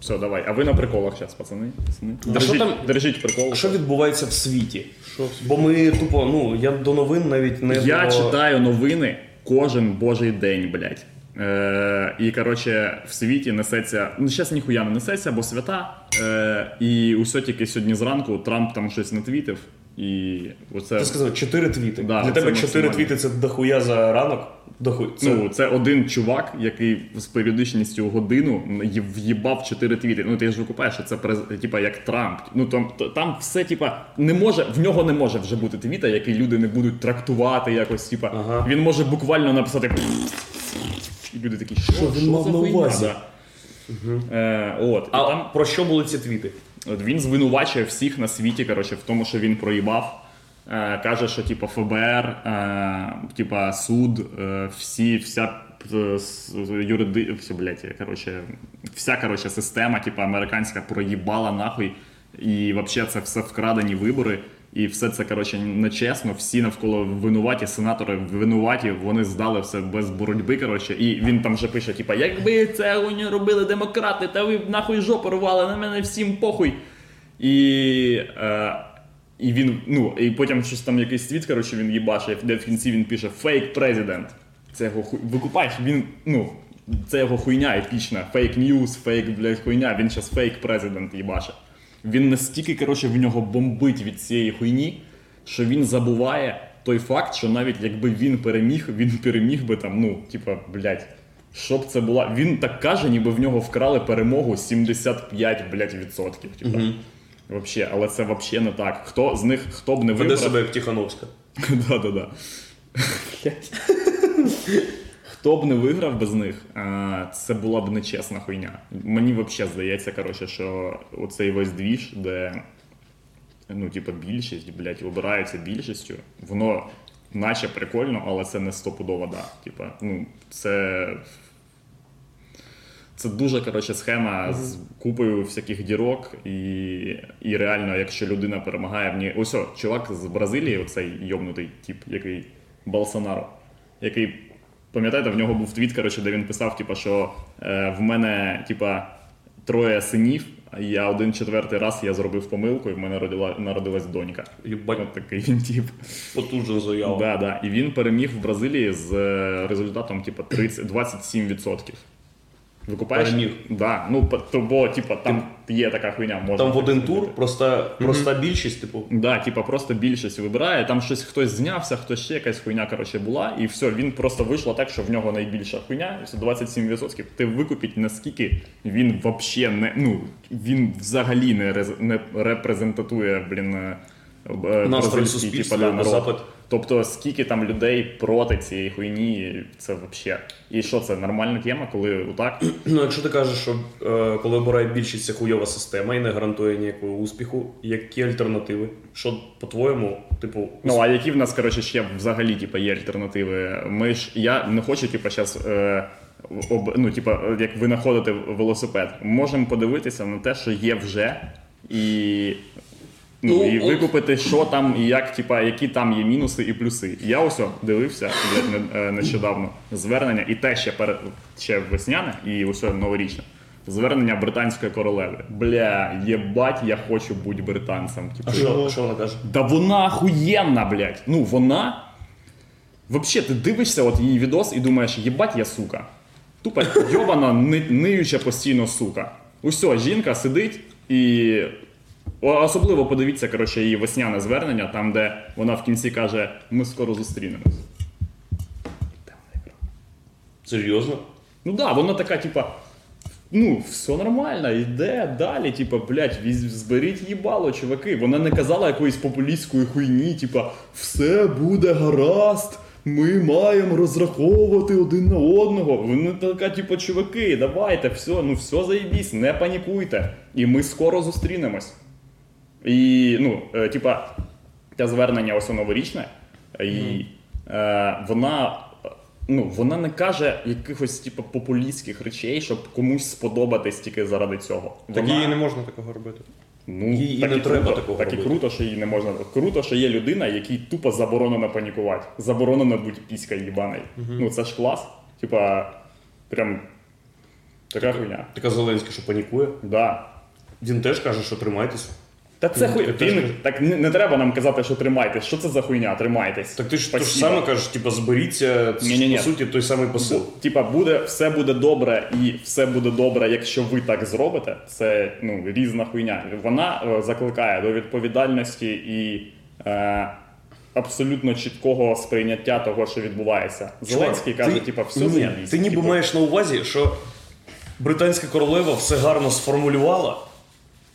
Speaker 1: Все, давай. А ви на приколах зараз, пацани. пацани.
Speaker 3: що
Speaker 1: Держіть,
Speaker 3: там-
Speaker 1: держіть прикол.
Speaker 3: Що відбувається в світі?
Speaker 4: Що в-
Speaker 3: Бо ми тупо, ну, я до новин навіть не
Speaker 1: Я
Speaker 3: до-
Speaker 1: читаю новини кожен божий день, блядь. Е, і коротше, в світі несеться. Ну, зараз ніхуя не несеться, бо свята. Е, і усе тільки сьогодні зранку Трамп там щось натвітив. І оце.
Speaker 3: Ти сказав чотири твіти.
Speaker 1: Да,
Speaker 3: Для
Speaker 1: це
Speaker 3: тебе чотири
Speaker 1: максимально.
Speaker 3: твіти це дохуя за ранок. Доху... Це...
Speaker 1: Ну, це один чувак, який з періодичністю годину м- в'їбав чотири твіти. Ну ти ж викупаєш, що це през- типа як Трамп. Ну там т- там все, типа, не може, в нього не може вже бути твіта, який люди не будуть трактувати якось. Типа
Speaker 3: Ага.
Speaker 1: він може буквально написати. І люди такі, що,
Speaker 3: Що він
Speaker 1: що
Speaker 3: мав
Speaker 1: за
Speaker 3: на
Speaker 1: хуйня,
Speaker 3: увазі?
Speaker 1: да?» Е, от, і
Speaker 3: а
Speaker 1: там
Speaker 3: про що були ці твіти?
Speaker 1: От він звинувачує всіх на світі, коротше, в тому, що він проїбав. Е, каже, що типу ФБР, е, типа суд, е, всі, вся е, с- юриди, всі, блядь, коротше, вся коротше, система, типу, американська проїбала нахуй. І взагалі це все вкрадені вибори, і все це коротше нечесно. Всі навколо винуваті, сенатори винуваті, вони здали все без боротьби. Коротше, і він там вже пише: типа, якби це вони робили демократи, та ви б нахуй жопу рвали, на мене всім похуй. І, е, і він, ну, і потім щось там якийсь твіт, коротше, він їбачив, де в кінці він пише фейк президент. Це його хуй. Викупаєш, він, ну, це його хуйня епічна. Фейк ньюс, фейк, блядь, хуйня. Він зараз фейк президент їбаше. Він настільки, коротше, в нього бомбить від цієї хуйні, що він забуває той факт, що навіть якби він переміг, він переміг би там, ну, типа, блядь, що б це була. Він так каже, ніби в нього вкрали перемогу 75, блядь, відсотків. Типа. Вообще, але це вообще не так. Хто з них, хто б не
Speaker 3: Веде
Speaker 1: вибрав.
Speaker 3: себе як Тихановська.
Speaker 1: Да, да, да. Хто б не виграв без них, е, це була б нечесна хуйня. Мені взагалі здається, коротше, що оцей весь двіж, де ну, типу, більшість, блядь, вибирається більшістю, воно наче прикольно, але це не стопудова да. Типа, ну, це. Це дуже коротше схема з купою всяких дірок, і, і реально, якщо людина перемагає в ній. Ось о, чувак з Бразилії, оцей йобнутий тип, який Болсонаро, який, пам'ятаєте, в нього був твіт, коротше, де він писав, типа, що е, в мене, типа, троє синів, а я один четвертий раз я зробив помилку, і в мене родила, народилась донька.
Speaker 3: Єбать,
Speaker 1: От такий він тип.
Speaker 3: потужна заява.
Speaker 1: Да, да. І він переміг в Бразилії з е, результатом типа 30, 27%. Ви купаєш?
Speaker 3: Переміг.
Speaker 1: Да. Ну, по- то, бо типа там є така хуйня, можна.
Speaker 3: Там в один
Speaker 1: так зробити.
Speaker 3: тур проста, проста більшість, типу.
Speaker 1: Да, типа просто більшість вибирає, там щось хтось знявся, хтось ще якась хуйня, коротше, була, і все, він просто вийшло так, що в нього найбільша хуйня, і все, 27%. Ти викупіть, наскільки він вообще не. Ну, він взагалі не, рез- не репрезентатує, блін, е, е,
Speaker 3: Настрій
Speaker 1: бразильський,
Speaker 3: суспільства,
Speaker 1: типа, да,
Speaker 3: на
Speaker 1: народ.
Speaker 3: запит.
Speaker 1: Тобто, скільки там людей проти цієї хуйні, це вообще. І що це нормальна тема, коли отак
Speaker 3: Ну, якщо ти кажеш, що е, коли обирає більшість, це хуйова система і не гарантує ніякого успіху, які альтернативи? Що, по-твоєму, типу,
Speaker 1: Ну, а які в нас, коротше, ще взагалі, типу, є альтернативи? Ми ж, я не хочу, типу, зараз, е, об, ну, типу, як ви знаходите велосипед. Можемо подивитися на те, що є вже, і, ну,
Speaker 4: Ну,
Speaker 1: і
Speaker 4: от-
Speaker 1: викупити, що там, і як, типу, які там є мінуси і плюси. Я ось о, дивився блядь, не- е, нещодавно звернення, і те ще, пер, ще весняне, і ось о, новорічне. Звернення британської королеви. Бля, єбать, я хочу бути британцем. Типу,
Speaker 3: а що, що вона каже?
Speaker 1: Да вона охуєнна, блядь. Ну, вона. Вообще, ти дивишся от її відос і думаєш, єбать я сука. Тупо йобана, ни- ниюча постійно сука. Усьо, жінка сидить і. О, Особливо подивіться, коротше, її весняне звернення, там, де вона в кінці каже, ми скоро зустрінемось.
Speaker 3: Серйозно?
Speaker 1: Ну да, вона така, типа. Ну, все нормально, йде далі, типа, блядь, візь- зберіть їбало, чуваки. Вона не казала якоїсь популістської хуйні, типа, все буде гаразд, ми маємо розраховувати один на одного. Вона така, типа, чуваки, давайте, все, ну все заєбісь, не панікуйте. І ми скоро зустрінемось. І, ну, е, типа, те звернення ось новорічне, і е, вона. е, Ну, вона не каже якихось типу, популістських речей, щоб комусь сподобатись тільки заради цього.
Speaker 4: Так
Speaker 1: Вона-
Speaker 4: її не можна такого робити.
Speaker 1: ну,
Speaker 3: їй і
Speaker 1: так
Speaker 3: не треба
Speaker 1: круто,
Speaker 3: такого
Speaker 1: Так і
Speaker 3: робити.
Speaker 1: круто, що її не можна. Круто, що є людина, якій тупо заборонено панікувати. Заборонено бути піська їбаний. Ну це ж клас. Типа, прям така хуйня.
Speaker 3: Така Зеленська, що панікує.
Speaker 1: Да.
Speaker 3: Він теж каже, що тримайтеся.
Speaker 1: Та це
Speaker 3: Ну,
Speaker 1: хуй.
Speaker 3: так теж-
Speaker 1: Він, так не, не треба нам казати, що тримайтесь. Що це за хуйня? Тримайтесь.
Speaker 3: Так ти ж то ж
Speaker 1: Спасіба.
Speaker 3: саме кажеш, типу, зберіться, це ж,
Speaker 1: Ні-ні-ні.
Speaker 3: по суті той самий посил.
Speaker 1: Типа, буде все буде добре, і все буде добре, якщо ви так зробите. Це ну різна хуйня. Вона е, закликає до відповідальності і е, абсолютно чіткого сприйняття того, що відбувається. Зеленський
Speaker 3: Чувак,
Speaker 1: каже,
Speaker 3: ти-
Speaker 1: типа, все
Speaker 3: ні,
Speaker 1: заєбісь».
Speaker 3: Ти ніби
Speaker 1: Типу,
Speaker 3: маєш на увазі, що британська королева все гарно сформулювала,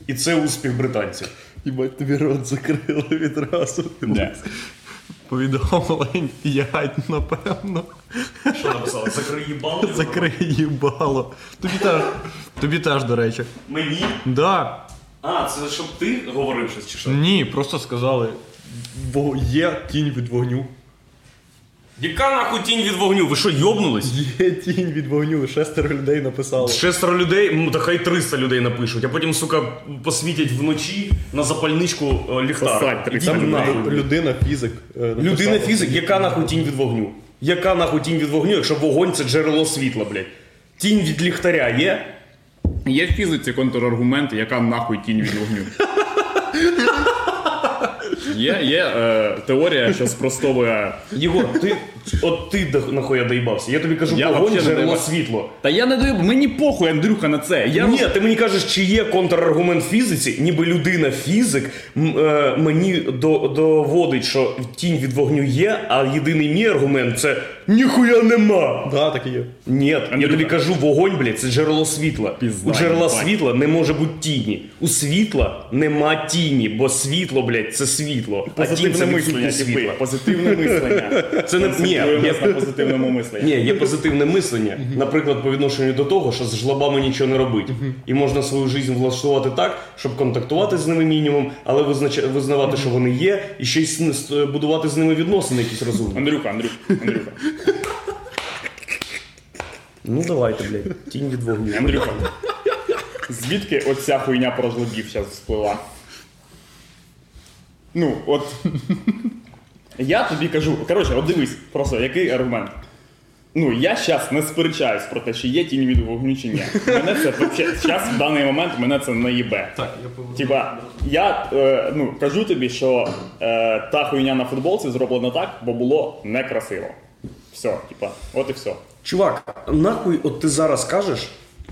Speaker 3: і це успіх британців.
Speaker 5: Їбать, тобі рот закрили відразу.
Speaker 1: да.
Speaker 5: Повідомлень 5, напевно.
Speaker 3: Що написала? Закрий їбало.
Speaker 5: Закрий їбало. Тобі теж, тобі теж, до речі.
Speaker 3: Мені?
Speaker 5: Да.
Speaker 3: А, це щоб ти говорив щось чи що?
Speaker 5: Ні, просто сказали. Бо є тінь від вогню.
Speaker 3: Яка нахуй тінь від вогню? Ви що, йобнулись?
Speaker 5: Є тінь від вогню, шестеро людей написало.
Speaker 3: Шестеро людей, ну та хай 300 людей напишуть, а потім, сука, посвітять вночі на запальничку е,
Speaker 1: Посадь
Speaker 3: ліхтар.
Speaker 1: 300
Speaker 3: Ідіть
Speaker 1: людей.
Speaker 3: нахуй.
Speaker 5: Людина фізик. е, написала.
Speaker 3: Людина фізик, яка нахуй тінь від вогню? Яка нахуй тінь від вогню, якщо вогонь це джерело світла, блядь? Тінь від ліхтаря є?
Speaker 1: Є в фізиці контраргумент, яка нахуй тінь від вогню. Є, є е, теорія, що спростовує.
Speaker 3: Єгор, ти от ти до- нахуя доїбався. Я тобі кажу,
Speaker 1: Я
Speaker 3: вогонь
Speaker 1: вообще не
Speaker 3: джерело
Speaker 1: доїбав-
Speaker 3: світло.
Speaker 1: Та я не даю, мені похуй, Андрюха, на це. Я
Speaker 3: Ні, ти мені кажеш, чи є контраргумент фізиці, ніби людина фізик м, е, мені до, доводить, що тінь від вогню є, а єдиний мій аргумент це ніхуя нема.
Speaker 5: Да, так і є.
Speaker 3: Ні, я тобі кажу, вогонь, блядь, це джерело світла.
Speaker 6: Пізда,
Speaker 3: у джерела
Speaker 6: їбать.
Speaker 3: світла не може бути тіні. У світла нема тіні, бо світло, блядь, це світло. А тінь це
Speaker 1: Позитивне мислення,
Speaker 3: відсутність
Speaker 1: типи.
Speaker 3: світла.
Speaker 1: Позитивне мислення.
Speaker 3: Це не ні,
Speaker 1: Концентруємось
Speaker 3: є,
Speaker 1: на позитивному мисленні.
Speaker 3: ні, є позитивне мислення. Наприклад, по відношенню до того, що з жлобами нічого не робить. І можна свою життя влаштувати так, щоб контактувати з ними мінімум, але визнач... визнавати, що вони є, і ще й с- с- будувати з ними відносини якісь розумні.
Speaker 1: Андрюха, Андрюха, Андрюха.
Speaker 3: Ну давайте, блядь, тінь від вогню.
Speaker 1: Андрюха. Звідки оця хуйня про жлобів зараз сплила? Ну, от. Я тобі кажу, коротше, от дивись, просто який аргумент. Ну, я зараз не сперечаюсь про те, чи є тінь від вогню чи ні. Мене це зараз в даний момент мене це наїбе.
Speaker 4: Так, я поверну.
Speaker 1: Типа, я е, ну, кажу тобі, що е, та хуйня на футболці зроблена так, бо було некрасиво. Все, типа, от і все.
Speaker 3: Чувак, нахуй от ти зараз кажеш,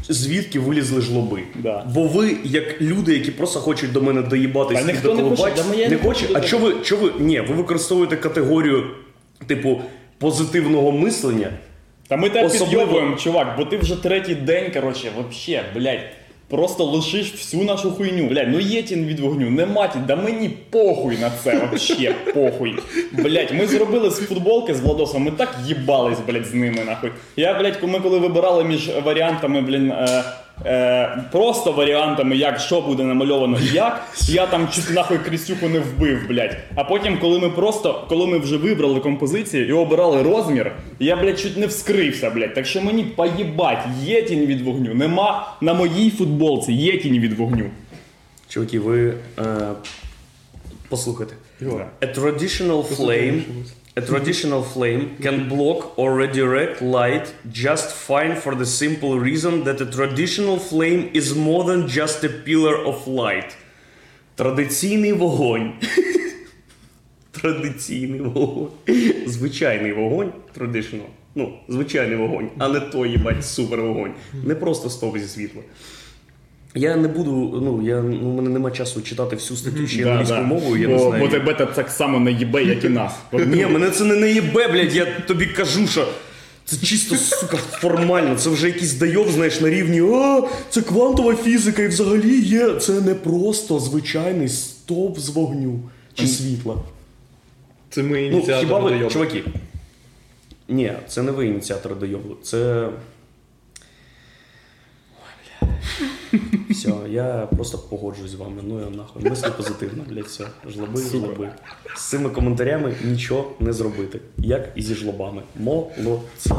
Speaker 3: звідки вилізли жлоби?
Speaker 1: Да.
Speaker 3: Бо ви, як люди, які просто хочуть до мене доїбатися,
Speaker 1: Та ніхто не хоче, да ми- я
Speaker 3: не
Speaker 1: не
Speaker 3: хоче.
Speaker 1: хочу
Speaker 3: А
Speaker 1: до
Speaker 3: чо ви, чо ви, ні, ви використовуєте категорію, типу, позитивного мислення.
Speaker 1: Та ми тебе
Speaker 3: Особливо-
Speaker 1: підйобуємо, чувак, бо ти вже третій день, коротше, вообще, блядь. Просто лишиш всю нашу хуйню. Блядь, ну є тін від вогню, нема тін, да мені похуй на це, вообще похуй. Блядь, ми зробили з футболки з Владосом, ми так їбались, блядь, з ними нахуй. Я, блядь, ми коли вибирали між варіантами, блін, е, е, просто варіантами, як що буде намальовано і як, я там чуть нахуй Крістюку не вбив, блядь. А потім, коли ми просто, коли ми вже вибрали композицію і обирали розмір, я, блядь, чуть не вскрився, блядь. Так що мені поїбать, є тінь від вогню. Нема на моїй футболці, є тінь від вогню.
Speaker 3: Чуваки, ви е, послухайте. A traditional flame, a traditional flame can block or redirect light just fine for the simple reason that a traditional flame is more than just a pillar of light. Традиційний вогонь. Традиційний вогонь. Звичайний вогонь. Traditional. Ну, звичайний вогонь, а не той, їбать, супер вогонь. Не просто стовп зі світла. Я не буду, ну я ну, у мене нема часу читати всю статтю ще англійською мовою, я не
Speaker 1: бо,
Speaker 3: знаю.
Speaker 1: бо тебе та так само наїбе, як і нас.
Speaker 3: Ні, мене це не наїбе, блядь, я тобі кажу, що це чисто, сука, формально. Це вже якийсь дайов, знаєш, на рівні а, це квантова фізика, і взагалі є. Це не просто звичайний стовп з вогню чи світла.
Speaker 5: Це ми
Speaker 3: Ну,
Speaker 5: ініціатори
Speaker 3: хіба ви,
Speaker 5: дойобу.
Speaker 3: чуваки? Ні, це не ви ініціатор дойоблу, це. Ой, бля. Все, я просто погоджуюсь з вами. Ну я нахуй. Мислю позитивно, блядь, все. Жлоби, жлоби. З цими коментарями нічого не зробити. Як і зі жлобами. Молодці.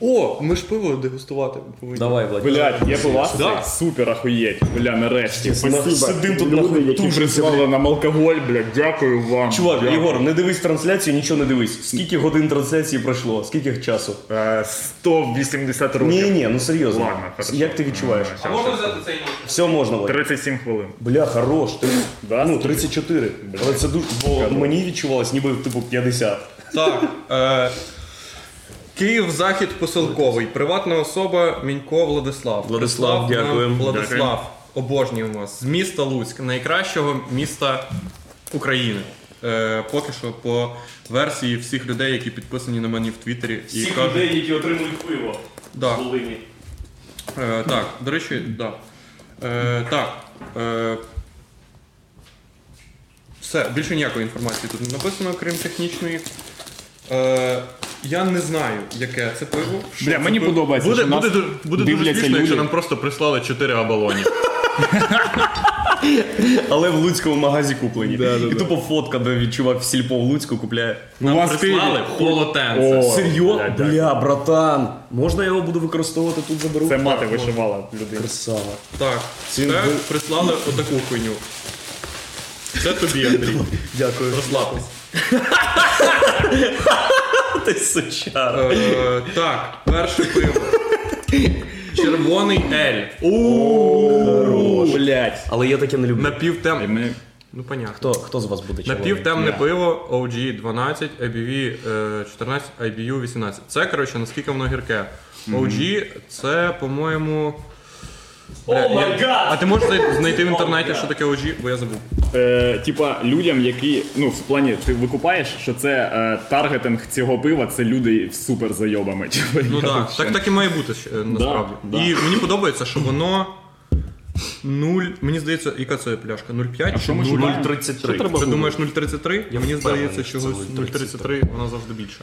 Speaker 5: О, ми ж пиво дегустувати повинні.
Speaker 3: Давай, Владимир.
Speaker 1: Блядь, є пивас? Да. Супер охуєть, бля, нарешті. Спасибо.
Speaker 3: Сидим тут,
Speaker 1: Люди,
Speaker 3: нахуй,
Speaker 1: які
Speaker 3: тужимося,
Speaker 1: прислали нам алкоголь, блядь, дякую вам.
Speaker 3: Чувак,
Speaker 1: Дякую.
Speaker 3: Єгор, не дивись трансляцію, нічого не дивись. Скільки годин трансляції пройшло? Скільки часу?
Speaker 1: Е, 180 років.
Speaker 3: Ні, ні, ну серйозно.
Speaker 1: Ладно, хорошо. Е,
Speaker 3: Як ти відчуваєш?
Speaker 4: А можна взяти цей ніж?
Speaker 3: Все можна, Владимир.
Speaker 1: 37 хвилин.
Speaker 3: Бля, хорош, ти
Speaker 1: Да,
Speaker 3: ну
Speaker 1: скільки?
Speaker 3: 34. Але це дуже. Бо мені відчувалось ніби типу 50.
Speaker 4: Так. Е, Київ Захід Поселковий. Приватна особа Мінько Владислав.
Speaker 3: Владислав,
Speaker 4: Прислав нам
Speaker 3: дякуємо.
Speaker 4: Владислав, обожнюємо вас. З міста Луцьк, найкращого міста України. Е, поки що по версії всіх людей, які підписані на мені в Твіттері. і кажуть-
Speaker 3: які отримують пиво
Speaker 4: Да.
Speaker 3: Волині.
Speaker 4: Е, так, до речі, да. Е, так. Е, все, більше ніякої інформації тут не написано, крім технічної. Е, я не знаю, яке це пиво. що
Speaker 1: Бля,
Speaker 4: це
Speaker 1: мені
Speaker 4: пиво.
Speaker 1: подобається,
Speaker 5: Буде,
Speaker 1: що
Speaker 5: буде,
Speaker 1: нас
Speaker 5: дуже- буде дуже
Speaker 1: дивляться
Speaker 5: смішно, якщо
Speaker 1: люди.
Speaker 5: нам просто прислали 4 абалоні.
Speaker 3: Але в Луцькому магазі куплені.
Speaker 5: Да, да,
Speaker 3: І
Speaker 5: да.
Speaker 3: тупо фотка, де від чувак в сільпо в Луцьку купляє.
Speaker 4: Нам
Speaker 1: У вас
Speaker 4: прислали
Speaker 1: пиво?
Speaker 4: холотенце.
Speaker 1: О.
Speaker 3: Серйозно?
Speaker 1: блядь, дякую.
Speaker 3: Бля, братан. Можна я його буду використовувати тут заберу?
Speaker 1: Це мати вишивала людину.
Speaker 3: Красава.
Speaker 4: Так,
Speaker 3: Ці
Speaker 4: це
Speaker 3: ви-
Speaker 4: прислали отаку хуйню. Це тобі, Андрій.
Speaker 3: Дякую.
Speaker 4: Розслабтесь.
Speaker 3: Ти сучара.
Speaker 4: Е, так, перше пиво. Червоний ель.
Speaker 1: Блять.
Speaker 3: Але я таке не люблю.
Speaker 4: Напівтем.
Speaker 1: Ми
Speaker 4: Ну, понятно.
Speaker 3: Хто, хто з вас буде червоний?
Speaker 4: Напівтемне пиво OG 12, IBV е, 14, IBU 18. Це, коротше, наскільки воно гірке. OG це, по-моєму. бля, я-
Speaker 3: my God!
Speaker 4: А ти можеш знай- знайти в інтернеті, що таке OG, бо я забув.
Speaker 1: е, типа, людям, які, ну, в плані, ти викупаєш, що це е, таргетинг цього пива, це люди з супер зайобами. типу,
Speaker 4: Ну так, так, так і має бути е, насправді.
Speaker 1: да.
Speaker 4: І мені подобається, що воно 0. Мені здається, яка це пляшка? 0,5?
Speaker 1: А що ми шукаємо?
Speaker 3: 0,33.
Speaker 4: Ти думаєш 0,33? мені здається,
Speaker 3: впевнений, що
Speaker 4: чогось
Speaker 3: це
Speaker 4: 0,33, вона завжди більша.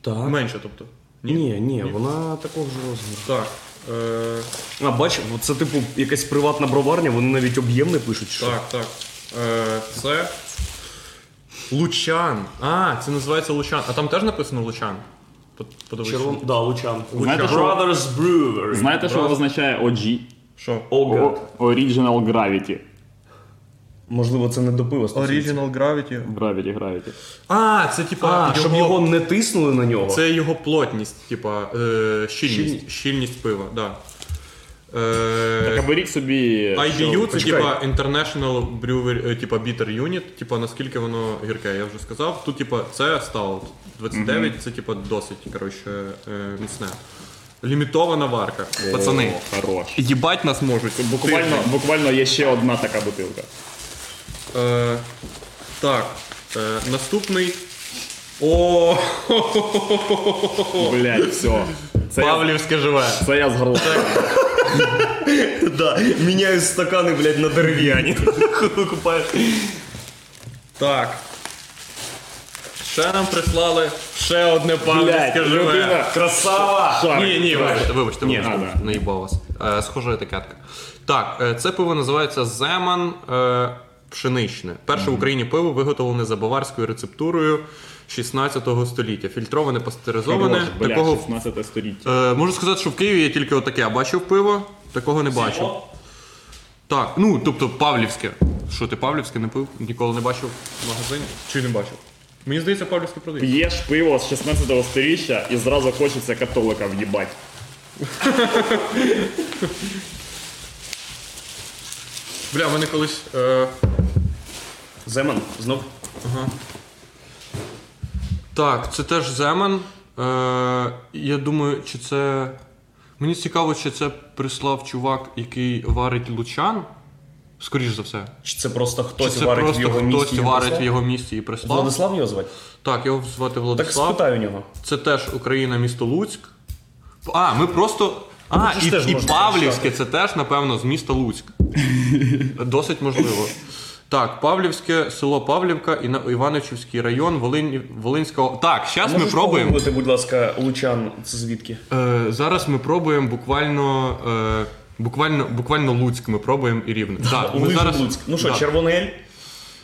Speaker 3: Так.
Speaker 4: Менше, тобто.
Speaker 3: Ні, ні, вона такого ж розміру.
Speaker 4: Так. Е,
Speaker 3: А бач, от це типу якась приватна броварня, вони навіть об'єм не пишуть. Що?
Speaker 4: так, так. Е, це. Лучан. А, це називається Лучан. А там теж написано Лучан. Под- Подивись.
Speaker 3: Червон... Да, Лучан.
Speaker 1: Знаєте, що-
Speaker 3: Brothers Brewery.
Speaker 1: Знаєте, що означає OG?
Speaker 4: Що?
Speaker 3: Ого.
Speaker 1: Original Gravity.
Speaker 3: Можливо, це не до пива стосується.
Speaker 4: Original Gravity.
Speaker 1: Gravity, Gravity.
Speaker 4: А, це типа.
Speaker 3: А, щоб його не тиснули на нього.
Speaker 4: Це його плотність, типа е, щільність, щільність пива, да.
Speaker 1: Так, а
Speaker 4: Е,
Speaker 1: беріть собі.
Speaker 4: IBU це
Speaker 3: Почекай.
Speaker 4: типа International Brewer, е, типа Bitter Unit, типа наскільки воно гірке, я вже сказав. Тут типа це стаут 29, це типа досить, коротше, е, міцне. Лімітована варка. Пацани.
Speaker 1: О, хорош.
Speaker 4: Їбать нас можуть.
Speaker 1: Буквально, буквально є ще одна така бутилка.
Speaker 4: Е, так. Е, наступний. О,
Speaker 1: Блять, все. Це я,
Speaker 4: Павлівське живе.
Speaker 1: це я з горла.
Speaker 3: Да, міняють стакани, блядь, на дерев'яні. Купаєш.
Speaker 4: Так. Ще нам прислали ще одне пам'ятське
Speaker 1: Блять,
Speaker 4: живе.
Speaker 1: людина.
Speaker 3: Красава!
Speaker 1: шарик.
Speaker 4: Ні, ні, вибачте, вибачте,
Speaker 1: Ні,
Speaker 4: вибачте,
Speaker 1: а, да.
Speaker 4: наїбав вас. Е, схожа етикетка. Так, е, це пиво називається Земан е, пшеничне. Перше в Україні пиво виготовлене за баварською рецептурою 16 століття. Фільтроване, пастеризоване.
Speaker 1: Хорош, бля,
Speaker 4: Такого
Speaker 1: 16 століття.
Speaker 4: Е, можу сказати, що в Києві я тільки отаке бачив пиво, такого не бачив. Так, ну тобто Павлівське. Що ти Павлівське не пив? Ніколи не бачив в магазині? Чи не бачив? Мені здається, Павлівське продає.
Speaker 1: П'єш пиво з 16 сторіччя і зразу хочеться католика в'їбать.
Speaker 4: Бля, в мене колись. Е...
Speaker 3: Земан, знов.
Speaker 4: Так, це теж Земан. Е... Я думаю, чи це. Мені цікаво, чи це прислав чувак, який варить лучан. Скоріш за все.
Speaker 3: Чи це просто
Speaker 4: Чи
Speaker 3: хтось
Speaker 4: це
Speaker 3: варить в
Speaker 4: просто
Speaker 3: його
Speaker 4: хтось
Speaker 3: місті? і
Speaker 4: варить в
Speaker 3: прислав?
Speaker 4: його місті і прислав?
Speaker 3: Владислав його звати?
Speaker 4: Так, його звати
Speaker 3: Так
Speaker 4: Владислав.
Speaker 3: спитаю у нього.
Speaker 4: Це теж Україна, місто Луцьк. А, ми просто. А,
Speaker 3: це Ну, ж
Speaker 4: і,
Speaker 3: теж
Speaker 4: і
Speaker 3: можна
Speaker 4: Павлівське це теж, напевно, з міста Луцьк. Досить можливо. Так, Павлівське, село Павлівка, і Іваничівський район, Волинь, Волинська. о- Так, зараз ми
Speaker 3: Можеш
Speaker 4: пробуємо.
Speaker 3: погуглити, будь ласка, Лучан, це звідки?
Speaker 4: Е, зараз ми пробуємо буквально. Е, буквально, буквально Луцьк ми пробуємо і рівне. Так, ми
Speaker 3: Лижник
Speaker 4: зараз...
Speaker 3: Луцьк. Ну що,
Speaker 4: да.
Speaker 3: червоний ель?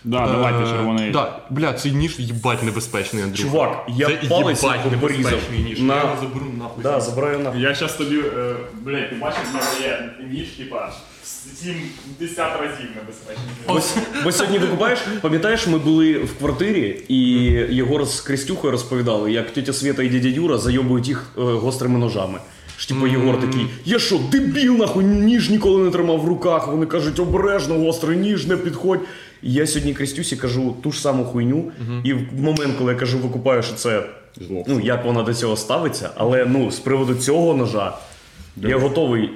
Speaker 1: Да, давайте червоний.
Speaker 4: Е, Да, бля, цей ніж їбать небезпечний, Андрюха.
Speaker 3: Чувак, я
Speaker 4: Це
Speaker 3: палець
Speaker 4: їбать
Speaker 3: його порізав.
Speaker 4: небезпечний ніж.
Speaker 3: На-
Speaker 4: Я його заберу нахуй.
Speaker 3: Да, забираю на.
Speaker 1: Я щас тобі, е, блядь, ти бачиш, в мене є ніж, типа, 70 разів небезпечний.
Speaker 3: Ось, бо сьогодні викупаєш, пам'ятаєш, ми були в квартирі, і Єгор з Крістюхою розповідали, як тетя Свєта і дядя Юра зайобують їх е, гострими ножами. Ж типу Єгор такий, я що, дебіл, нахуй, ніж ніколи не тримав в руках. Вони кажуть, обережно, гострий ніж, не підходь. І я сьогодні Крістюсі кажу ту ж саму хуйню, і в момент, коли я кажу, викупаю, що це. Ну, як вона до цього ставиться, але ну, з приводу цього ножа, я готовий,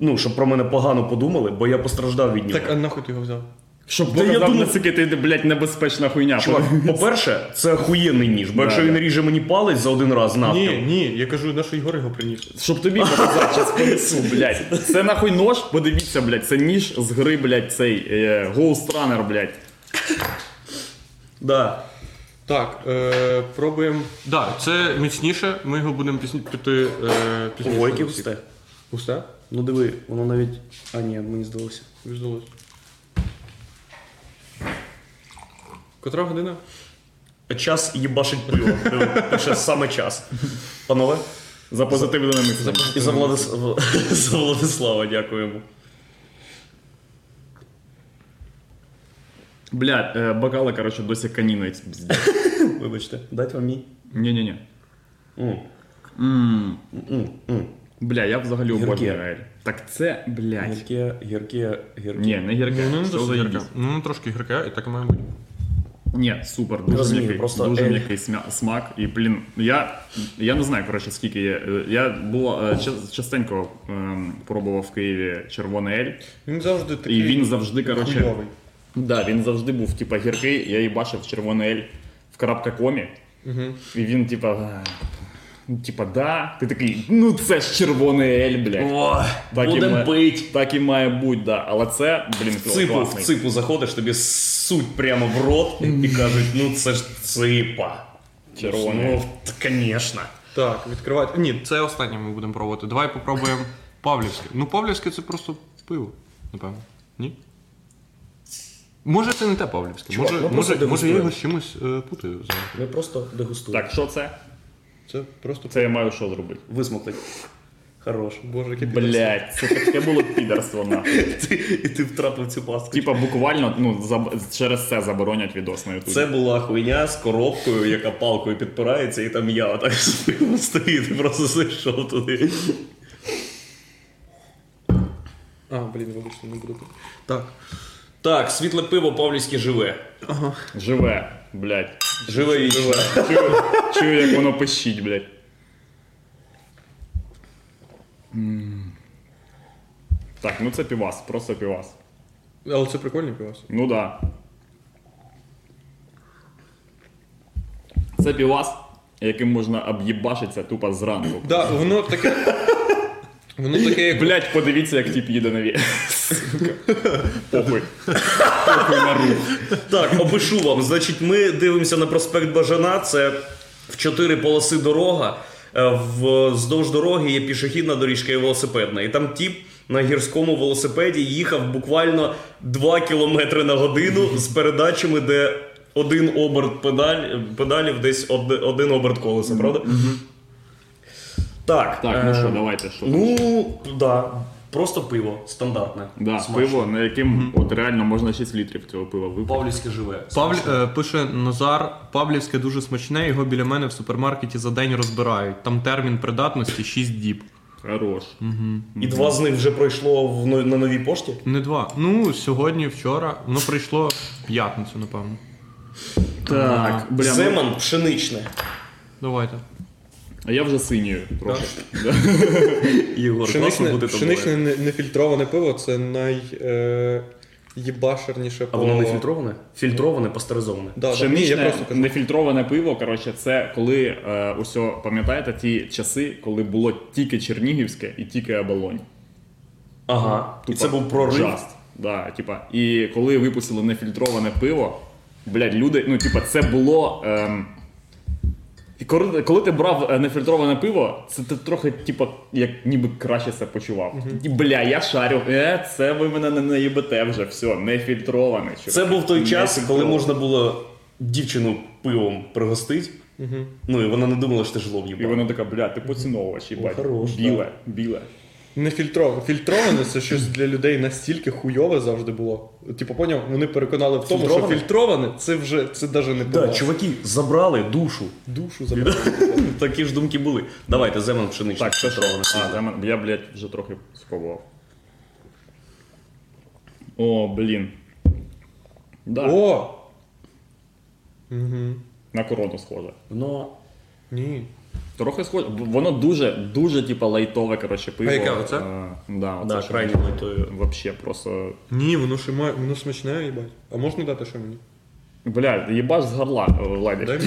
Speaker 3: ну, щоб про мене погано подумали, бо я постраждав від нього.
Speaker 4: Так, а нахуй ти його взяв?
Speaker 1: Щоб
Speaker 3: Та я
Speaker 1: показав,
Speaker 3: думав-
Speaker 1: наскільки ти, блядь, небезпечна хуйня.
Speaker 3: Чувак, по-перше, це охуєнний ніж, бо якщо
Speaker 1: Да,
Speaker 3: він ріже мені палець за один раз навпіл,
Speaker 4: Ні, ні, я кажу, на що Ігор його приніс.
Speaker 1: Щоб тобі показати, час понесу, блядь. Це нахуй нож, подивіться, блядь, це ніж з гри, блядь, цей е, Ghost Runner, блядь.
Speaker 3: да.
Speaker 4: Так, е, пробуємо. Да, це міцніше, ми його будемо пісні пити е, пізніше.
Speaker 3: Ой, яке густе.
Speaker 4: Густе?
Speaker 3: Ну диви, воно навіть. А ні, мені здалося.
Speaker 4: Тобі здалося. Котра година?
Speaker 3: Час їбашить пиво. Диви, Ще саме час. Панове,
Speaker 1: За позитивне мислення.
Speaker 3: і за, Владис... за Владислава дякуємо.
Speaker 1: Блядь, е, бокали, коротше, досі канінець.
Speaker 3: Вибачте, дайте вам мій.
Speaker 1: Ні-ні-ні.
Speaker 3: М.
Speaker 1: М.
Speaker 3: М, м.
Speaker 1: Бля, я взагалі
Speaker 3: Гірке.
Speaker 1: обожнюю аель. Так це, блядь.
Speaker 3: Гірке, гірке, гірке.
Speaker 1: Ні, не гірке.
Speaker 4: Ну, не
Speaker 1: Що
Speaker 4: досить
Speaker 1: за
Speaker 4: гірке.
Speaker 1: їсть?
Speaker 4: Ну, не трошки гірке, і так і має бути.
Speaker 1: Ні, супер, дуже
Speaker 3: Розумію,
Speaker 1: м'який,
Speaker 3: просто
Speaker 1: дуже
Speaker 3: ель.
Speaker 1: м'який смя- смак. І блін, я, я не знаю, коротше, скільки є. Е, Я була е, ча- частенько ем, пробував в Києві червоний ель.
Speaker 7: Він завжди такий.
Speaker 1: І він завжди, коротше,
Speaker 7: хуйовий.
Speaker 1: да, він завжди був типа гіркий. Я її бачив червоний ель в крапка комі. І він, типа. е, ну, Типа, да, ти такий, ну це ж червоний ель, блядь.
Speaker 3: О,
Speaker 1: Так і ми-
Speaker 3: будем пить.
Speaker 1: Так і має бути, да. Але це, блін,
Speaker 3: В ципу, в
Speaker 1: класний.
Speaker 3: ципу заходиш, тобі суть прямо в рот і кажуть, ну це ж ципа.
Speaker 1: Червоний.
Speaker 3: Ну, т- звісно.
Speaker 4: Так, відкривати. Ні, це останнє ми будемо пробувати. Давай попробуємо Павлівське. Ну, Павлівське це просто пиво, напевно. Ні? Може, це не те Павлівське.
Speaker 3: Чувак,
Speaker 4: може,
Speaker 3: ну, просто
Speaker 4: може, може я
Speaker 3: дегустуємо.
Speaker 4: його з чимось е, путаю зараз.
Speaker 3: Ми просто дегустуємо.
Speaker 1: Так, що це?
Speaker 7: Це просто.
Speaker 1: Це я маю що зробити.
Speaker 3: Висмоктать. Хорош.
Speaker 7: Боже, яке
Speaker 1: Блять, це таке було підерство нахуй.
Speaker 3: Ти, і ти втрапив цю пастку.
Speaker 1: Типа буквально ну, заб- через це заборонять відос на ютубі.
Speaker 3: Це була хуйня з коробкою, яка палкою підпирається, і там я отак спину стоїть, і просто зайшов туди.
Speaker 4: А, блін, вибачте, не буду.
Speaker 3: Так. Так, світле пиво Павлівське живе.
Speaker 1: Живе, блять.
Speaker 3: Живе і живе.
Speaker 1: Чую, чую, як воно пищить, блять. Так, ну це півас, просто півас.
Speaker 4: Але це прикольний півас.
Speaker 1: Ну да. Це півас, яким можна об'їбашитися тупо зранку.
Speaker 4: Так, воно таке. Воно таке, як
Speaker 1: Блять, подивіться, як тіп їде на ві. Сука. Похуй. Похуй на рух.
Speaker 3: Так, опишу вам. Значить, ми дивимося на проспект Бажана. Це в чотири полоси дорога. Е, Вздовж дороги є пішохідна доріжка і велосипедна. І там тіп на гірському велосипеді їхав буквально 2 кілометри на годину з передачами, де один оберт педаль, педалів, десь од- один оберт колеса, правда? Так.
Speaker 1: Так, ну
Speaker 3: е,
Speaker 1: що, давайте що.
Speaker 3: Ну, да. Просто пиво, стандартне.
Speaker 1: Да,
Speaker 3: Смачне.
Speaker 1: пиво, на яким от реально можна 6 літрів цього пива випити.
Speaker 3: Павлівське живе.
Speaker 4: Павль, е, пише Назар, Павлівське дуже смачне, його біля мене в супермаркеті за день розбирають. Там термін придатності 6 діб.
Speaker 1: Хорош.
Speaker 3: І два з них вже пройшло в, но- на новій пошті.
Speaker 4: Не два. Ну, сьогодні, вчора, воно прийшло в п'ятницю, напевно.
Speaker 1: Так, бля, ну,
Speaker 3: Земан пшеничне.
Speaker 4: Давайте.
Speaker 1: а я вже синію трохи.
Speaker 3: Єгор,
Speaker 4: пшеничне не- нефільтроване пиво це
Speaker 7: е,
Speaker 4: найєбашерніше
Speaker 3: А воно не фільтроване? Фільтроване, пастеризоване.
Speaker 4: Да, да. Ні, я
Speaker 1: Пшеничне
Speaker 4: просто кажу.
Speaker 1: нефільтроване пиво, коротше, це коли е, усе, пам'ятаєте ті часи, коли було тільки Чернігівське і тільки оболонь.
Speaker 3: Ага. І це був прорив.
Speaker 1: Жаст. Да, типа, і коли випустили нефільтроване пиво, блядь, люди, ну, типа, це було. Ем, і коли, коли ти брав е, нефільтроване пиво, це ти трохи, типа, як ніби краще себе почував. І, бля, я шарю, е, це ви мене не наїбете вже, все, нефільтроване. чувак.
Speaker 3: Це був той час, коли
Speaker 1: Нефільтроване.
Speaker 3: можна було дівчину пивом пригостити. Ну і вона не думала, що ти ж лоб
Speaker 1: І
Speaker 3: їбав.
Speaker 1: вона така, бля, ти поціновувач, їбать.
Speaker 3: хорош,
Speaker 1: біле, біле.
Speaker 7: Не фільтроване. Фільтроване це щось для людей настільки хуйове завжди було. Типу, поняв, вони переконали в тому,
Speaker 3: Фільтроване?
Speaker 7: що фільтроване це вже це даже не
Speaker 3: Да,
Speaker 7: пиво.
Speaker 3: чуваки, забрали душу.
Speaker 7: Душу забрали.
Speaker 3: Такі ж думки були. Давайте, земан пшеничне.
Speaker 1: Так, це що?
Speaker 3: фільтроване.
Speaker 1: А, для мене- я, блядь, вже трохи спробував. О, блін. Да,
Speaker 7: О!
Speaker 1: на корону схоже.
Speaker 3: Воно
Speaker 7: Ні.
Speaker 1: Трохи схоже. Б- Воно дуже, дуже, типа, лайтове, коротше, пиво.
Speaker 4: А яке оце?
Speaker 1: Е, да, оце
Speaker 3: да,
Speaker 1: що
Speaker 3: крайньо литою.
Speaker 1: Вообще просто.
Speaker 7: Ні, воно ще має, воно смачне, їбать. А можна дати що мені?
Speaker 1: Бля, їбаш з горла е,
Speaker 7: Дай
Speaker 1: ладять.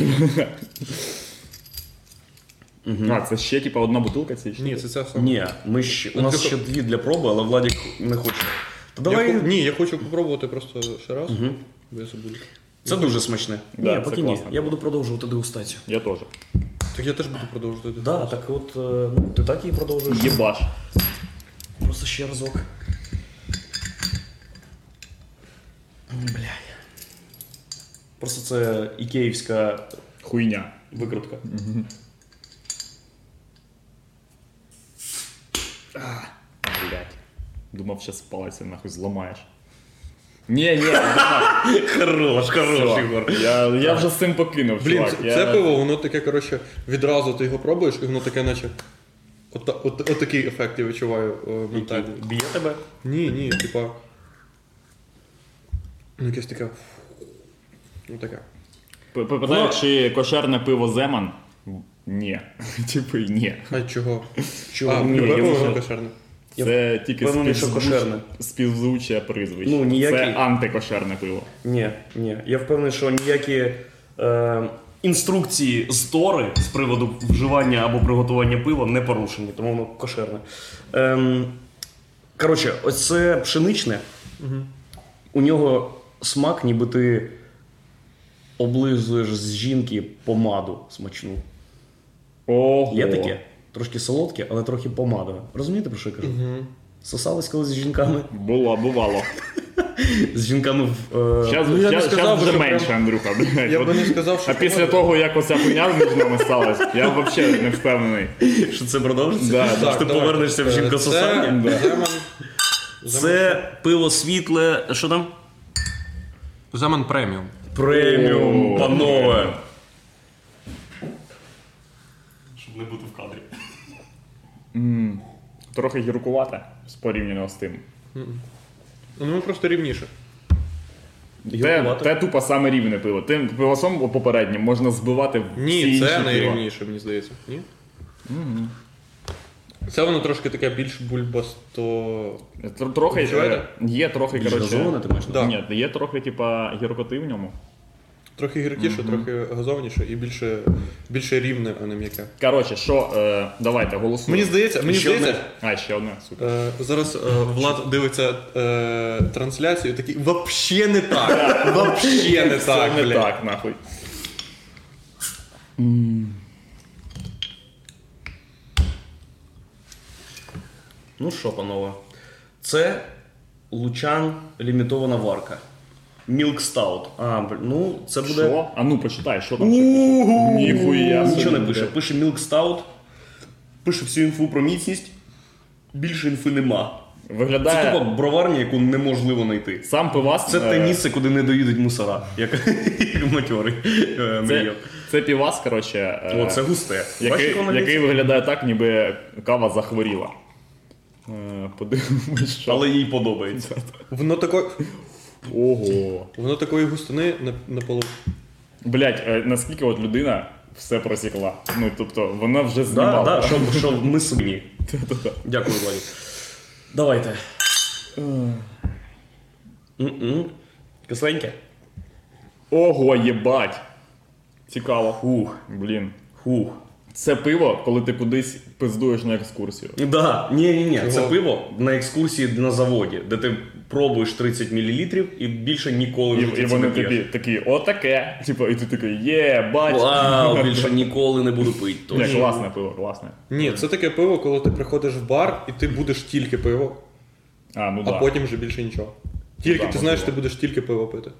Speaker 1: А, це ще, типа, одна бутилка цієї?
Speaker 7: Ні, це ця сама.
Speaker 3: Ні, ми ще. У нас ще дві для проби, але Владік не хоче. Та
Speaker 7: Я
Speaker 3: давай.
Speaker 7: хо- Ні, я хочу попробувати просто ще раз, бо я забуду.
Speaker 3: Це дуже смачне.
Speaker 1: Да,
Speaker 3: ні,
Speaker 1: це
Speaker 3: поки ні.
Speaker 1: класно.
Speaker 3: Я буду продовжувати дегустацію.
Speaker 1: Я теж.
Speaker 7: Так я теж буду продовжувати.
Speaker 3: Да, так от е, ну, ти так її продовжуєш.
Speaker 1: Єбаш.
Speaker 3: Просто ще разок. Блядь. Просто це ікеївська
Speaker 1: Хуйня.
Speaker 3: викрутка.
Speaker 1: Блять. Думав, зараз палець нахуй зламаєш. Ні, ні,
Speaker 3: Хорош, хорош, Ігор.
Speaker 1: я, я вже з цим покинув,
Speaker 7: Блін,
Speaker 1: чувак.
Speaker 7: це,
Speaker 1: я...
Speaker 7: це пиво, воно таке, коротше, відразу ти його пробуєш, і воно таке, наче. От, от, от такий ефект я відчуваю е, ментально.
Speaker 3: Б'є тебе?
Speaker 7: Ні, ні, типа. Ну, якесь таке. Ну таке.
Speaker 1: П-
Speaker 4: Ну,
Speaker 1: Питають, чи кошерне пиво Земан? Ні. Типу, ні.
Speaker 4: А чого?
Speaker 3: Чого?
Speaker 4: а, ну,
Speaker 1: ні,
Speaker 4: пиво
Speaker 1: я вже-
Speaker 4: воно кошерне.
Speaker 1: Це тільки
Speaker 3: впевнений,
Speaker 1: співзвуч-
Speaker 3: що кошерне.
Speaker 1: співзвуче прізвище.
Speaker 3: Ну, ніякий.
Speaker 1: Це антикошерне пиво.
Speaker 3: Ні, ні. Я впевнений, що ніякі е, інструкції з Тори з приводу вживання або приготування пива не порушені, тому воно кошерне. Ем, коротше, ось це пшеничне. У нього смак, ніби ти облизуєш з жінки помаду смачну.
Speaker 1: Ого.
Speaker 3: Є таке? Трошки солодке, але трохи помадове. Розумієте, про що я кажу?
Speaker 4: Мгм.
Speaker 3: Сосались колись з жінками.
Speaker 1: Було, бувало.
Speaker 3: З жінками в. е,
Speaker 1: Зараз
Speaker 4: ну, я не сказав,
Speaker 1: вже
Speaker 4: що прям-
Speaker 1: менше, Андрюха. блядь.
Speaker 4: Я би
Speaker 1: От-
Speaker 4: не сказав, що.
Speaker 1: А після того, як оця хуйня між нами сталася, я взагалі не впевнений.
Speaker 3: Що це продовжиться?
Speaker 1: Да,
Speaker 3: Що ти
Speaker 4: давайте.
Speaker 3: повернешся в
Speaker 7: Е,
Speaker 3: жінкососання?
Speaker 4: Е, Це Земан.
Speaker 3: Це пиво світле. Що там?
Speaker 4: Земан преміум.
Speaker 3: Преміум,
Speaker 1: О.
Speaker 3: панове.
Speaker 1: Трохи гіркувате з порівняно з тим.
Speaker 4: Ну просто рівніше.
Speaker 1: Те,
Speaker 3: Гіркувате.
Speaker 1: те тупо саме рівне пиво. Тим пивосом попереднім можна збивати всі
Speaker 4: Ні,
Speaker 1: інші
Speaker 4: це
Speaker 1: пива.
Speaker 4: найрівніше, мені здається. Ні? Це воно трошки таке більш бульбасто.
Speaker 1: Тр- Трохи
Speaker 4: Відчуваєте?
Speaker 1: е, є трохи
Speaker 3: Більш
Speaker 1: коротше.
Speaker 3: газоване ти маєш на
Speaker 4: Да.
Speaker 1: Ні, є трохи, типа, гіркоти в ньому.
Speaker 4: Трохи гіркіше, трохи газовніше і більше, більше рівне, а не м'яке.
Speaker 1: Коротше, що, е, давайте голосуємо.
Speaker 4: Мені здається, мені
Speaker 1: Ще
Speaker 4: здається,
Speaker 1: одне. А, ще одне, супер.
Speaker 4: Е, Зараз е, Влад дивиться е, трансляцію, і такий вообще не так. Вообще не так.
Speaker 1: не
Speaker 4: бля».
Speaker 1: так, нахуй.
Speaker 3: Ну що, панове? Це лучан лімітована варка. Milk Stout. А, блін, ну це буде.
Speaker 1: Що? А ну почитай, що там ще пише. Ніхуя. собі,
Speaker 3: Нічого не
Speaker 1: бля.
Speaker 3: пише. Пише Milk Stout, пише всю інфу про міцність. Більше інфи нема. Це
Speaker 1: Виглядає
Speaker 3: тупо броварня, яку неможливо знайти.
Speaker 1: сам пивас.
Speaker 3: Це
Speaker 1: е,
Speaker 3: те місце, куди не доїдуть мусора, як, як матьори. е,
Speaker 1: Це,
Speaker 3: мріяв.
Speaker 1: це півас, коротше. е,
Speaker 3: О, це густе. Бачиш, як воно
Speaker 1: Який, який
Speaker 3: міцне?
Speaker 1: виглядає так, ніби кава захворіла. Е, Подивимось, що.
Speaker 3: Але їй подобається.
Speaker 4: Воно тако-
Speaker 1: Ого.
Speaker 4: воно такої густини на, на полу.
Speaker 1: Блять, е, наскільки от людина все просікла. Ну, тобто, вона вже
Speaker 3: Да,
Speaker 1: знімала.
Speaker 3: да, що, що ми сумні. Дякую, Владі. Давайте.
Speaker 1: Е.
Speaker 3: М-м. Кисленьке?
Speaker 1: Ого, єбать. Цікаво.
Speaker 3: Хух.
Speaker 1: Блін.
Speaker 3: Хух.
Speaker 1: Це пиво, коли ти кудись пиздуєш на екскурсію.
Speaker 3: Да, ні, ні, ні. Це
Speaker 4: Чого?
Speaker 3: пиво на екскурсії на заводі, де ти пробуєш 30 мл і більше ніколи в
Speaker 1: І,
Speaker 3: житті
Speaker 1: і
Speaker 3: це
Speaker 1: вони
Speaker 3: не п'єш.
Speaker 1: тобі такі, отаке. Типу, і ти такий, є, бать.
Speaker 3: Вау, більше ніколи не буду пити.
Speaker 1: Ні,
Speaker 3: точно.
Speaker 1: класне пиво, класне.
Speaker 4: Ні, це таке пиво, коли ти приходиш в бар і ти будеш тільки пиво,
Speaker 1: А, ну
Speaker 4: а
Speaker 1: да.
Speaker 4: потім вже більше нічого. Тільки
Speaker 1: да,
Speaker 4: ти знаєш,
Speaker 1: можливо.
Speaker 4: ти будеш тільки пиво пити.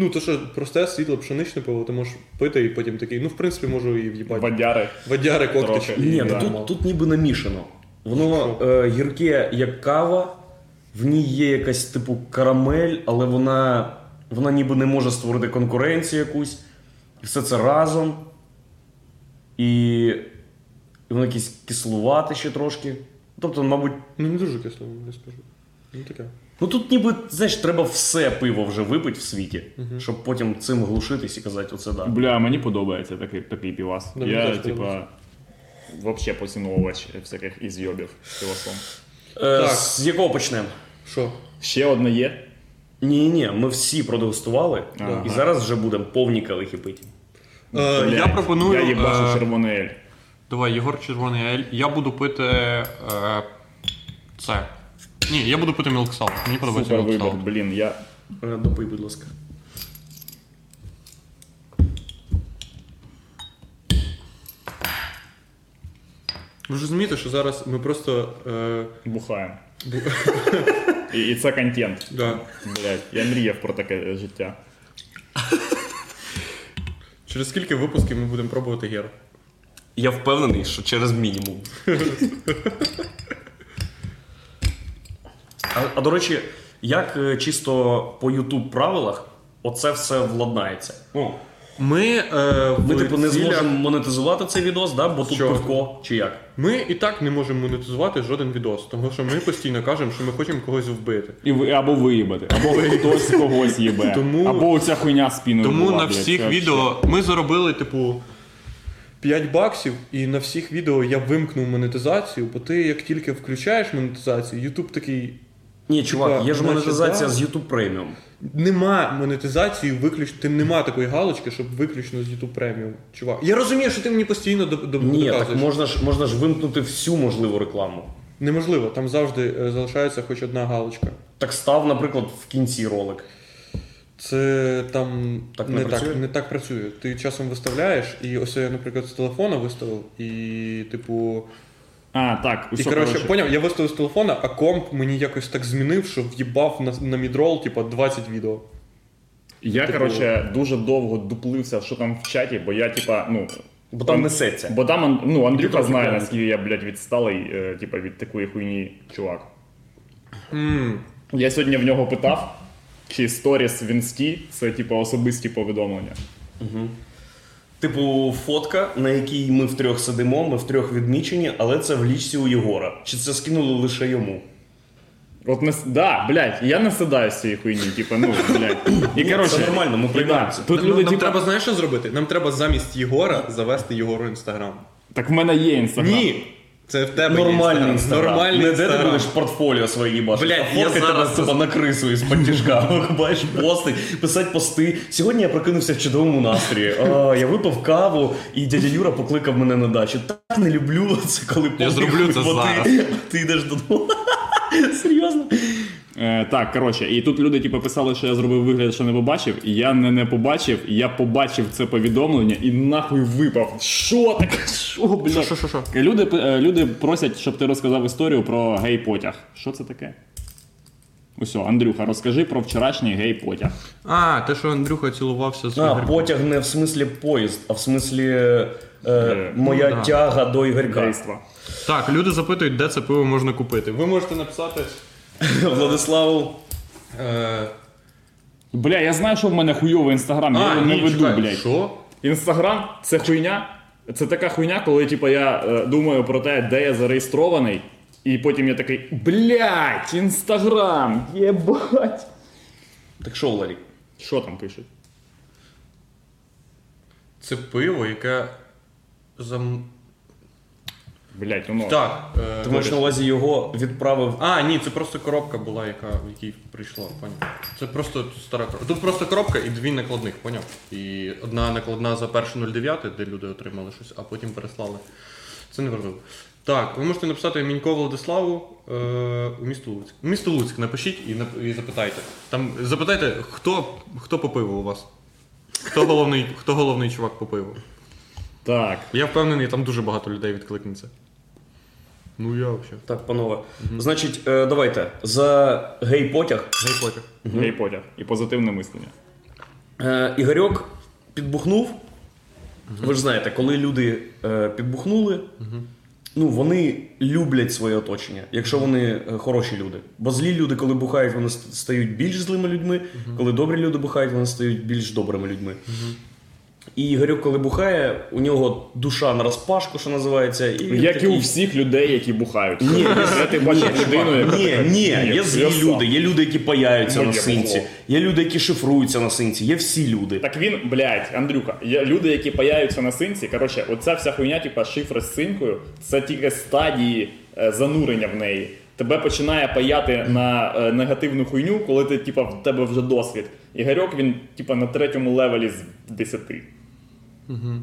Speaker 4: Ну, то що просте, світле, пшеничне пиво, ти можеш пити і потім такий, ну в принципі, можу і в'їбати.
Speaker 1: Бадяри.
Speaker 4: Водяри,
Speaker 1: Трохи. ну
Speaker 4: коктейль.
Speaker 3: Ні,
Speaker 1: І
Speaker 3: та
Speaker 1: да.
Speaker 3: тут, тут ніби намішано. Воно е, гірке, як кава, в ній є якась типу карамель, але вона, вона ніби не може створити конкуренцію якусь. І все це разом. І, і воно якесь кислувате ще трошки. Тобто, мабуть,
Speaker 4: Ну не дуже кисло, я скажу. Ну таке.
Speaker 3: ну тут ніби, знаєш, треба все пиво вже випити в світі, щоб потім цим глушитись і казати, оце да.
Speaker 1: Бля, мені подобається такий, такий півас.
Speaker 4: Да, мені
Speaker 1: Я,
Speaker 4: теж
Speaker 1: типа, вообще поціновувач всяких ізйобів з півасом.
Speaker 3: Е,
Speaker 4: Так.
Speaker 3: З якого почнемо?
Speaker 4: Що?
Speaker 1: Ще одне є.
Speaker 3: Ні, ні, ми всі продегустували,
Speaker 1: Ага.
Speaker 3: і зараз вже будемо повні калихи пити.
Speaker 4: Е,
Speaker 1: Блядь,
Speaker 4: я пропоную.
Speaker 1: Я
Speaker 4: е,
Speaker 1: їбашу червоний ель.
Speaker 4: Давай, Єгор Червоний Ель. Я буду пити. Е, це. Ні, я буду пити мілксал. Мені подобається
Speaker 1: Супер вибір,
Speaker 4: мілксал.
Speaker 1: блін, я...
Speaker 3: Е, Допий, будь ласка.
Speaker 4: Ви ж розумієте, що зараз ми просто. Е,
Speaker 1: Бухаємо. і, і це контент.
Speaker 4: да.
Speaker 1: Блять, я мріяв про таке життя.
Speaker 4: Через скільки випусків ми будемо пробувати гер?
Speaker 3: Я впевнений, що через мінімум. а, а до речі, як е, чисто по YouTube правилах оце все владнається?
Speaker 4: О. Ми, е, в
Speaker 3: Ми, типу, не
Speaker 4: цілях-
Speaker 3: зможемо монетизувати цей відос, да? бо тут
Speaker 4: Що?
Speaker 3: пивко чи як.
Speaker 4: Ми і так не можемо монетизувати жоден відос, тому що ми постійно кажемо, що ми хочемо когось вбити.
Speaker 1: І ви- або виїбати, або хтось когось їбе.
Speaker 4: Тому-
Speaker 1: Або оця хуйня спіною.
Speaker 4: Тому
Speaker 1: була,
Speaker 4: на
Speaker 1: блядь,
Speaker 4: всіх
Speaker 1: це
Speaker 4: відео ми заробили, типу, 5 баксів, і на всіх відео я вимкнув монетизацію, бо ти як тільки включаєш монетизацію, YouTube такий.
Speaker 3: Ні, чувак,
Speaker 4: Типа,
Speaker 3: є ж
Speaker 4: значить,
Speaker 3: монетизація
Speaker 4: да.
Speaker 3: з YouTube Premium.
Speaker 4: Нема монетизації, виключно. Ти нема такої галочки, щоб виключно з YouTube преміум. Чувак. Я розумію, що ти мені постійно до, до,
Speaker 3: Ні,
Speaker 4: доказуєш.
Speaker 3: так можна ж, можна ж вимкнути всю можливу рекламу.
Speaker 4: Неможливо, там завжди е, залишається хоч одна галочка.
Speaker 3: Так став, наприклад, в кінці ролик.
Speaker 4: Це там
Speaker 3: Так не
Speaker 4: не,
Speaker 3: працює?
Speaker 4: так, не так працює. Ти часом виставляєш, і ось я, наприклад, з телефона виставив, і типу.
Speaker 1: А, так,
Speaker 4: І
Speaker 1: усе,
Speaker 4: коротше,
Speaker 1: коротше.
Speaker 4: поняв, я виставив з телефона, а комп мені якось так змінив, що в'їбав на, на мідрол, типу, 20 відео.
Speaker 1: Я,
Speaker 4: Типу-
Speaker 1: коротше, дуже довго дуплився, що там в чаті, бо я, типа, ну.
Speaker 3: Бо там
Speaker 1: Ан-
Speaker 3: несеться.
Speaker 1: Бо там Ан- ну, Андрюха
Speaker 3: Трохи
Speaker 1: знає,
Speaker 3: прикольно.
Speaker 1: наскільки я, блядь, відсталий, е, типа, від такої хуйні чувак. Я сьогодні в нього питав, чи сторіс в інсті це, типа, особисті повідомлення.
Speaker 3: Типу, фотка, на якій ми втрьох сидимо, ми втрьох відмічені, але це в лічці у Єгора. Чи це скинули лише йому?
Speaker 1: От не с- да, блядь, я не сідаю з цієї хуйні, типа, ну, блядь. І коротше,
Speaker 3: це нормально, ми
Speaker 1: і
Speaker 3: приймаємо
Speaker 1: да,
Speaker 3: це.
Speaker 1: Тут
Speaker 4: Нам,
Speaker 1: люди,
Speaker 4: Ну,
Speaker 1: типу-
Speaker 4: нам
Speaker 1: типа,
Speaker 4: треба, знаєш, що зробити? Нам треба замість Єгора завести Єгору інстаграм.
Speaker 1: так в мене є інстаграм.
Speaker 4: Ні! Це в тебе є
Speaker 3: Нормальний інстаграм.
Speaker 4: Нормальний
Speaker 3: Не де ти
Speaker 4: інстаграм.
Speaker 3: будеш портфоліо своє їбаш.
Speaker 4: Блядь, я зараз-
Speaker 3: тебе на крису із пантіжка. Бачиш, пости, писати пости. Сьогодні я прокинувся в чудовому настрої. А, я випив каву, і дядя Юра покликав мене на дачу. Так не люблю це, коли поки
Speaker 4: зроблю це
Speaker 3: бо ти-
Speaker 4: зараз.
Speaker 3: Ти йдеш додому. Серйозно?
Speaker 1: Е, так, коротше, і тут люди типу, писали, що я зробив вигляд, що не побачив. І я не, не побачив, я побачив це повідомлення і нахуй випав. Що таке? Що, блядь?
Speaker 4: що, що?
Speaker 1: Люди, пи- е, люди просять, щоб ти розказав історію про гей-потяг. Що це таке? Усьо, Андрюха, розкажи про вчорашній гей-потяг.
Speaker 4: А, те, що Андрюха цілувався з
Speaker 3: А,
Speaker 4: Ігорем.
Speaker 3: потяг не в смислі поїзд, а в смислі е, моя
Speaker 4: ну да.
Speaker 3: тяга до Ігорька.
Speaker 1: Гейства.
Speaker 4: Так, люди запитують, де це пиво можна купити. Ви можете написати.
Speaker 3: Владиславу.
Speaker 4: Е...
Speaker 1: Бля, я знаю, що в мене хуйовий інстаграм, я його не веду, блядь.
Speaker 4: Що?
Speaker 1: Інстаграм це хуйня. Це така хуйня, коли типу, я е, думаю про те, де я зареєстрований, і потім я такий блядь, інстаграм, єбать.
Speaker 3: Так що, Ларі?
Speaker 1: Що там пишуть?
Speaker 4: Це пиво, яке. Зам...
Speaker 1: Блять, воно.
Speaker 4: Так. Е...
Speaker 3: Ти маєш на увазі його відправив
Speaker 4: А, ні, це просто коробка була, яка, в якій прийшло, поняв. Це просто стара коробка. Тут просто коробка і дві накладних, поняв. І одна накладна за 1.09, де люди отримали щось, а потім переслали. Це не важливо. Так, ви можете написати Мінько Владиславу е, у місто Луцьк. У місто Луцьк напишіть і, нап- і запитайте. Там запитайте, хто, хто по пиву у вас? Хто головний, хто головний чувак по пиву?
Speaker 1: Так.
Speaker 4: Я впевнений, там дуже багато людей відкликнеться. Ну я взагалі.
Speaker 3: Так, панове. Значить, е, давайте за гей-потяг.
Speaker 4: Гей потяг.
Speaker 1: Гей потяг. І позитивне мислення.
Speaker 3: Е, Ігорьок підбухнув. Ви ж знаєте, коли люди е, підбухнули, ну вони люблять своє оточення, якщо вони е, хороші люди. Бо злі люди, коли бухають, вони ст- стають більш злими людьми. Коли добрі люди бухають, вони стають більш добрими людьми. І Ігорьок, коли бухає, у нього душа на розпашку, що називається, і він
Speaker 1: Як і
Speaker 3: такий-
Speaker 1: у всіх людей, які бухають.
Speaker 3: Ні,
Speaker 1: Де ти бачиш людину, яка
Speaker 3: Ні,
Speaker 1: така,
Speaker 3: ні, є злі
Speaker 1: я сам».
Speaker 3: люди, є люди, які паяються
Speaker 1: Ну,
Speaker 3: на
Speaker 1: є
Speaker 3: синці,
Speaker 1: бухло.
Speaker 3: є люди, які шифруються на синці, є всі люди.
Speaker 1: Так він, блядь, Андрюха, є люди, які паяються на синці. Коротше, оця вся хуйня, типа шифри з синкою, це тільки стадії е, занурення в неї. Тебе починає паяти на е, негативну хуйню, коли ти, типа, в тебе вже досвід. Ігорьок, він, типа, на третьому левелі з 10. Угу.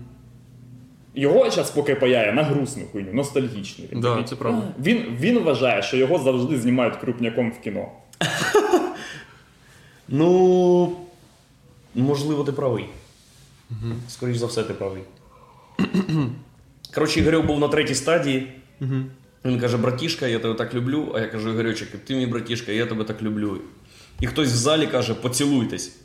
Speaker 1: Його зараз поки паяє на грустну хуйню, ностальгічну. Він,
Speaker 4: Да,
Speaker 1: такий,
Speaker 4: це правда.
Speaker 1: «А». він, він вважає, що його завжди знімають крупняком в кіно.
Speaker 3: Ну, можливо, ти правий. Скоріш за все, ти правий. Коротше, Ігорьок був на третій стадії. Він каже, братішка, я тебе так люблю. А я кажу, Ігорючик, ти мій братішка, я тебе так люблю. І хтось в залі каже, поцілуйтесь.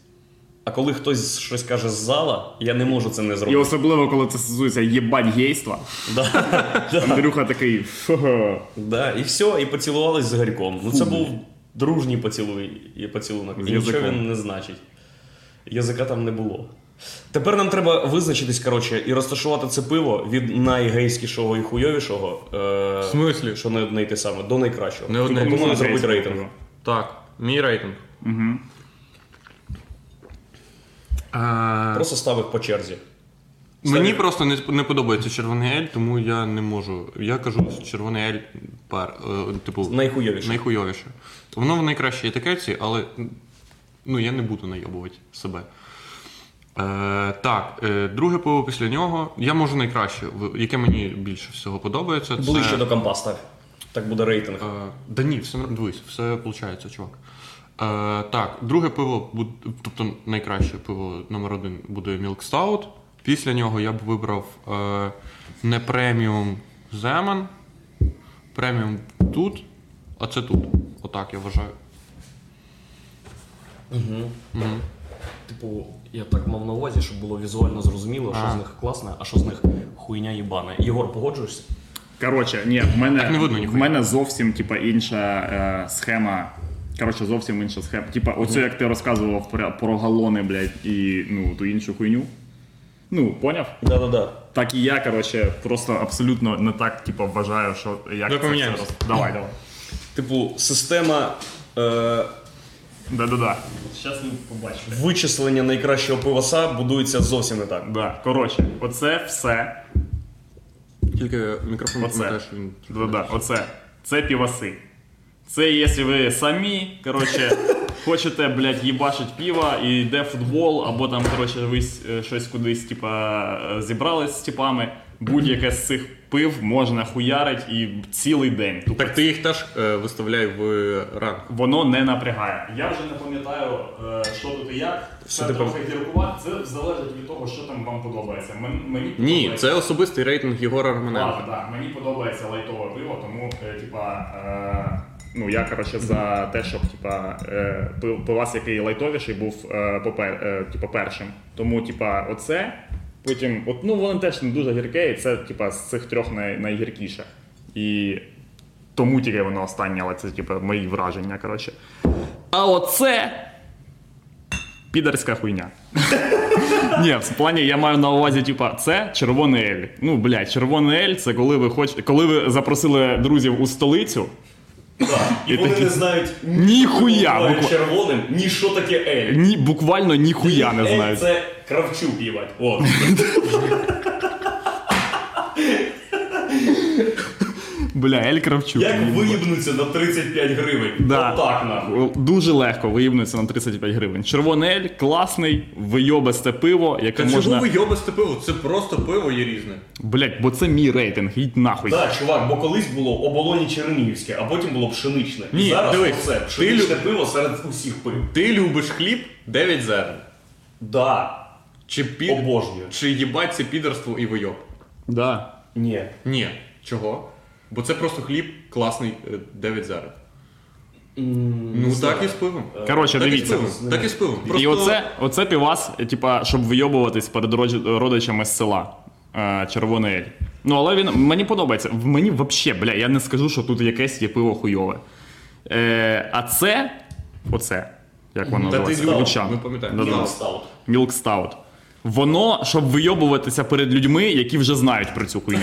Speaker 3: А коли хтось щось каже з зала, я не можу це не
Speaker 1: І
Speaker 3: зробити.
Speaker 1: особливо, коли це стосується єбать гейства.
Speaker 3: Да.
Speaker 1: Андрюха такий. «Фу-ха».
Speaker 3: Да, і все, і поцілувались з Гарьком. Ну це був дружній поцілуй і поцілунок.
Speaker 1: З
Speaker 3: І нічого
Speaker 1: язиком.
Speaker 3: він не значить. Язика там не було. Тепер нам треба визначитись, коротше, і розташувати це пиво від найгейськішого і хуйовішого. Е...
Speaker 4: В смислі?
Speaker 3: Що не одне й те саме, до найкращого. Типу,
Speaker 4: Не
Speaker 1: Ну,
Speaker 4: одне й те
Speaker 3: Пропоную
Speaker 4: саме.
Speaker 3: зробити рейтинг.
Speaker 4: Так, мій рейтинг.
Speaker 3: Просто ставив по черзі.
Speaker 4: Мені просто не, не подобається червоний ель, тому я не можу. Я кажу, що червоний ель пар, е, типу,
Speaker 3: Найхуйовіше.
Speaker 4: найхуйовіше. Воно в найкращій етикетці, але ну, я не буду найобувати себе. Е, так, е, друге пиво після нього. Я можу найкраще, в- яке мені більше всього подобається. Це,
Speaker 3: Ближче до компа став. Так буде рейтинг.
Speaker 4: Е, да ні, все норм- дивись, все виходить, чувак. Е, так, друге пиво, буд- тобто найкраще пиво номер один буде Milk Stout. Після нього я б вибрав е, не преміум Земан, преміум тут, а це тут. Отак я вважаю.
Speaker 3: Типу, я так мав на увазі, щоб було візуально зрозуміло, що
Speaker 4: А.
Speaker 3: з них класне, а що з них хуйня їбана. Єгор, погоджуєшся?
Speaker 1: Коротше, ні, в мене,
Speaker 4: не видно
Speaker 1: в
Speaker 4: ніхуя.
Speaker 1: мене зовсім типа, інша е, схема. Коротше, зовсім інша схема. Типа, оце як ти розказував про, про галони, блядь, і ну, ту іншу хуйню. Ну, поняв?
Speaker 3: Да-да-да.
Speaker 1: Так і я, коротше, просто абсолютно не так, типа, вважаю, що як
Speaker 4: Давай
Speaker 1: це все
Speaker 4: поміняємось.
Speaker 1: роз- Давай, давай.
Speaker 3: Типу, система е,
Speaker 1: Да-да-да. Зараз ви побачите.
Speaker 3: вичислення найкращого пивоса будується зовсім не так.
Speaker 1: Да, коротше, оце все.
Speaker 4: Тільки мікрофон
Speaker 1: Оце.
Speaker 4: пам'ятаєш, він.
Speaker 1: Да-да-да, оце. Це піваси. Це якщо ви самі, коротше, хочете, блядь, їбашить пиво і йде футбол, або там, коротше, ви с- е, щось кудись, типа, е, зібрались з типами, будь-яке з цих пив можна хуярить і цілий день. Тупо
Speaker 4: Так ти їх теж е, виставляй в ранг.
Speaker 1: воно не напрягає. Я вже не пам'ятаю, е, що тут і як. Це
Speaker 3: ти
Speaker 1: трохи гіркувати, це залежить від того, що там вам подобається. Мен- Мені
Speaker 4: Ні,
Speaker 1: подобається.
Speaker 4: це особистий рейтинг Єгора
Speaker 1: Ладно,
Speaker 4: Романенка.
Speaker 1: да. Мені подобається лайтове пиво, тому е, типа. Е... Ну, я коротше за те, щоб типа е, пи- пивас, який лайтовіший, був е, попер, е, типа, першим. Тому, типа, оце. Потім, от ну воно теж не дуже гірке, і це типа з цих трьох най, найгіркіше. І тому тільки воно останнє, але це типа мої враження. Коротше. А оце підерська хуйня. Ні, в плані я маю на увазі, типа, це червоний ель. Ну, блядь, червоний ель це коли ви хочете, коли ви запросили друзів у столицю.
Speaker 3: І вони Ну, не знають
Speaker 1: Ніхуя!
Speaker 3: буквально
Speaker 1: Буква...
Speaker 3: червоним, ні що таке ель.
Speaker 1: Ні, буквально ніхуя не
Speaker 3: Ель
Speaker 1: знають.
Speaker 3: Це кравчук їбать. О.
Speaker 1: Бля, ель Кравчук.
Speaker 3: Як
Speaker 1: Ні,
Speaker 3: виїбнуться на 35 гривень?
Speaker 1: Да.
Speaker 3: Отак нахуй.
Speaker 1: Дуже легко виїбнуться на 35 гривень. Червоний ель класний, вийобасте пиво, яке
Speaker 4: Та
Speaker 1: можна.
Speaker 4: чого ви йобасте пиво? Це просто пиво є різне.
Speaker 1: Блять, бо це мій рейтинг, їдь нахуй.
Speaker 3: Так, чувак, бо колись було оболоні чернігівське, а потім було пшеничне.
Speaker 4: Ні,
Speaker 3: І зараз
Speaker 4: дивись,
Speaker 3: це
Speaker 4: ти
Speaker 3: пшеничне пиво серед усіх пив.
Speaker 4: Ти любиш хліб 9 зерен.
Speaker 3: Да,
Speaker 4: Чи під...
Speaker 3: обожнюю.
Speaker 4: Чи їбать це підерство і вийоб?
Speaker 1: Да.
Speaker 3: Ні.
Speaker 4: Ні. Чого? Бо це просто хліб класний е, 9 зерен. ну так і з пивом.
Speaker 1: Коротше,
Speaker 4: так
Speaker 1: дивіться.
Speaker 4: І з пивом. Так і з пивом.
Speaker 1: І оце, оце півас, е, типа, щоб вийобуватись перед родж- родичами з села. Е, Червоний ель. Ну, але він мені подобається. В- Мені взагалі, бля, я не скажу, що тут якесь є пиво хуйове. Е, а це. Оце. Як воно
Speaker 4: Та ти
Speaker 1: називається?
Speaker 4: любиш,
Speaker 1: Лучан.
Speaker 4: ми пам'ятаємо.
Speaker 1: Да-да.
Speaker 3: Мілк стаут.
Speaker 1: Milk Stout. Воно, щоб вийобуватися перед людьми, які вже знають про цю хуйню.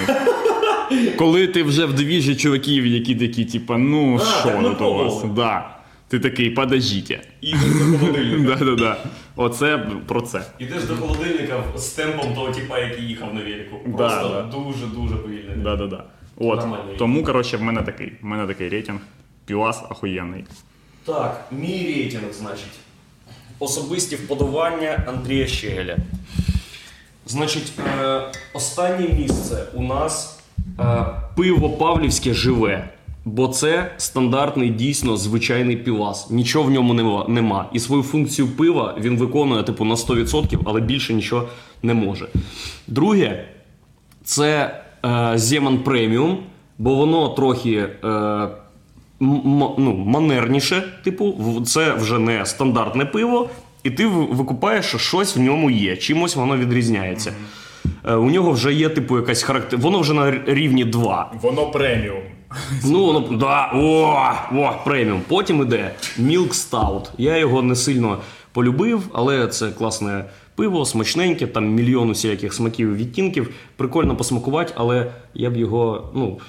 Speaker 1: Коли ти вже в двіжі чуваків, які такі, типа, ну
Speaker 3: А,
Speaker 1: що
Speaker 3: так ми
Speaker 1: тут у вас?
Speaker 3: пробували.
Speaker 1: Да. Ти такий, подождіть.
Speaker 3: Ідеш до холодильника.
Speaker 1: Да-да-да. Оце про це.
Speaker 3: Ідеш до холодильника з темпом того тіпа, який їхав на велику.
Speaker 1: да.
Speaker 3: Просто дуже-дуже повільно.
Speaker 1: Да, да, да. От.
Speaker 3: Нормальний рейтинг.
Speaker 1: Тому, коротше, в мене такий. В мене такий рейтинг. Півас охуєнний.
Speaker 3: Так, мій рейтинг, значить. Особисті вподобання Андрія Щегеля. Значить, е, останнє місце у нас е, пиво Павлівське живе. Бо це стандартний, дійсно звичайний півас. Нічого в ньому нема, нема. І свою функцію пива він виконує типу на 100%, але більше нічого не може. Друге, це е, Земан преміум, бо воно трохи е, м- м- ну, манерніше, типу, в- це вже не стандартне пиво, і ти в- викупаєш, що щось в ньому є, чимось воно відрізняється. Е, У нього вже є, типу, якась характер. Воно вже на р- рівні 2.
Speaker 1: Воно преміум.
Speaker 3: Ну, воно да, о, о, преміум. Потім іде Milk Stout. Я його не сильно полюбив, але це класне Пиво смачненьке, там мільйон усіляких смаків і відтінків. Прикольно посмакувати, але я б його, ну.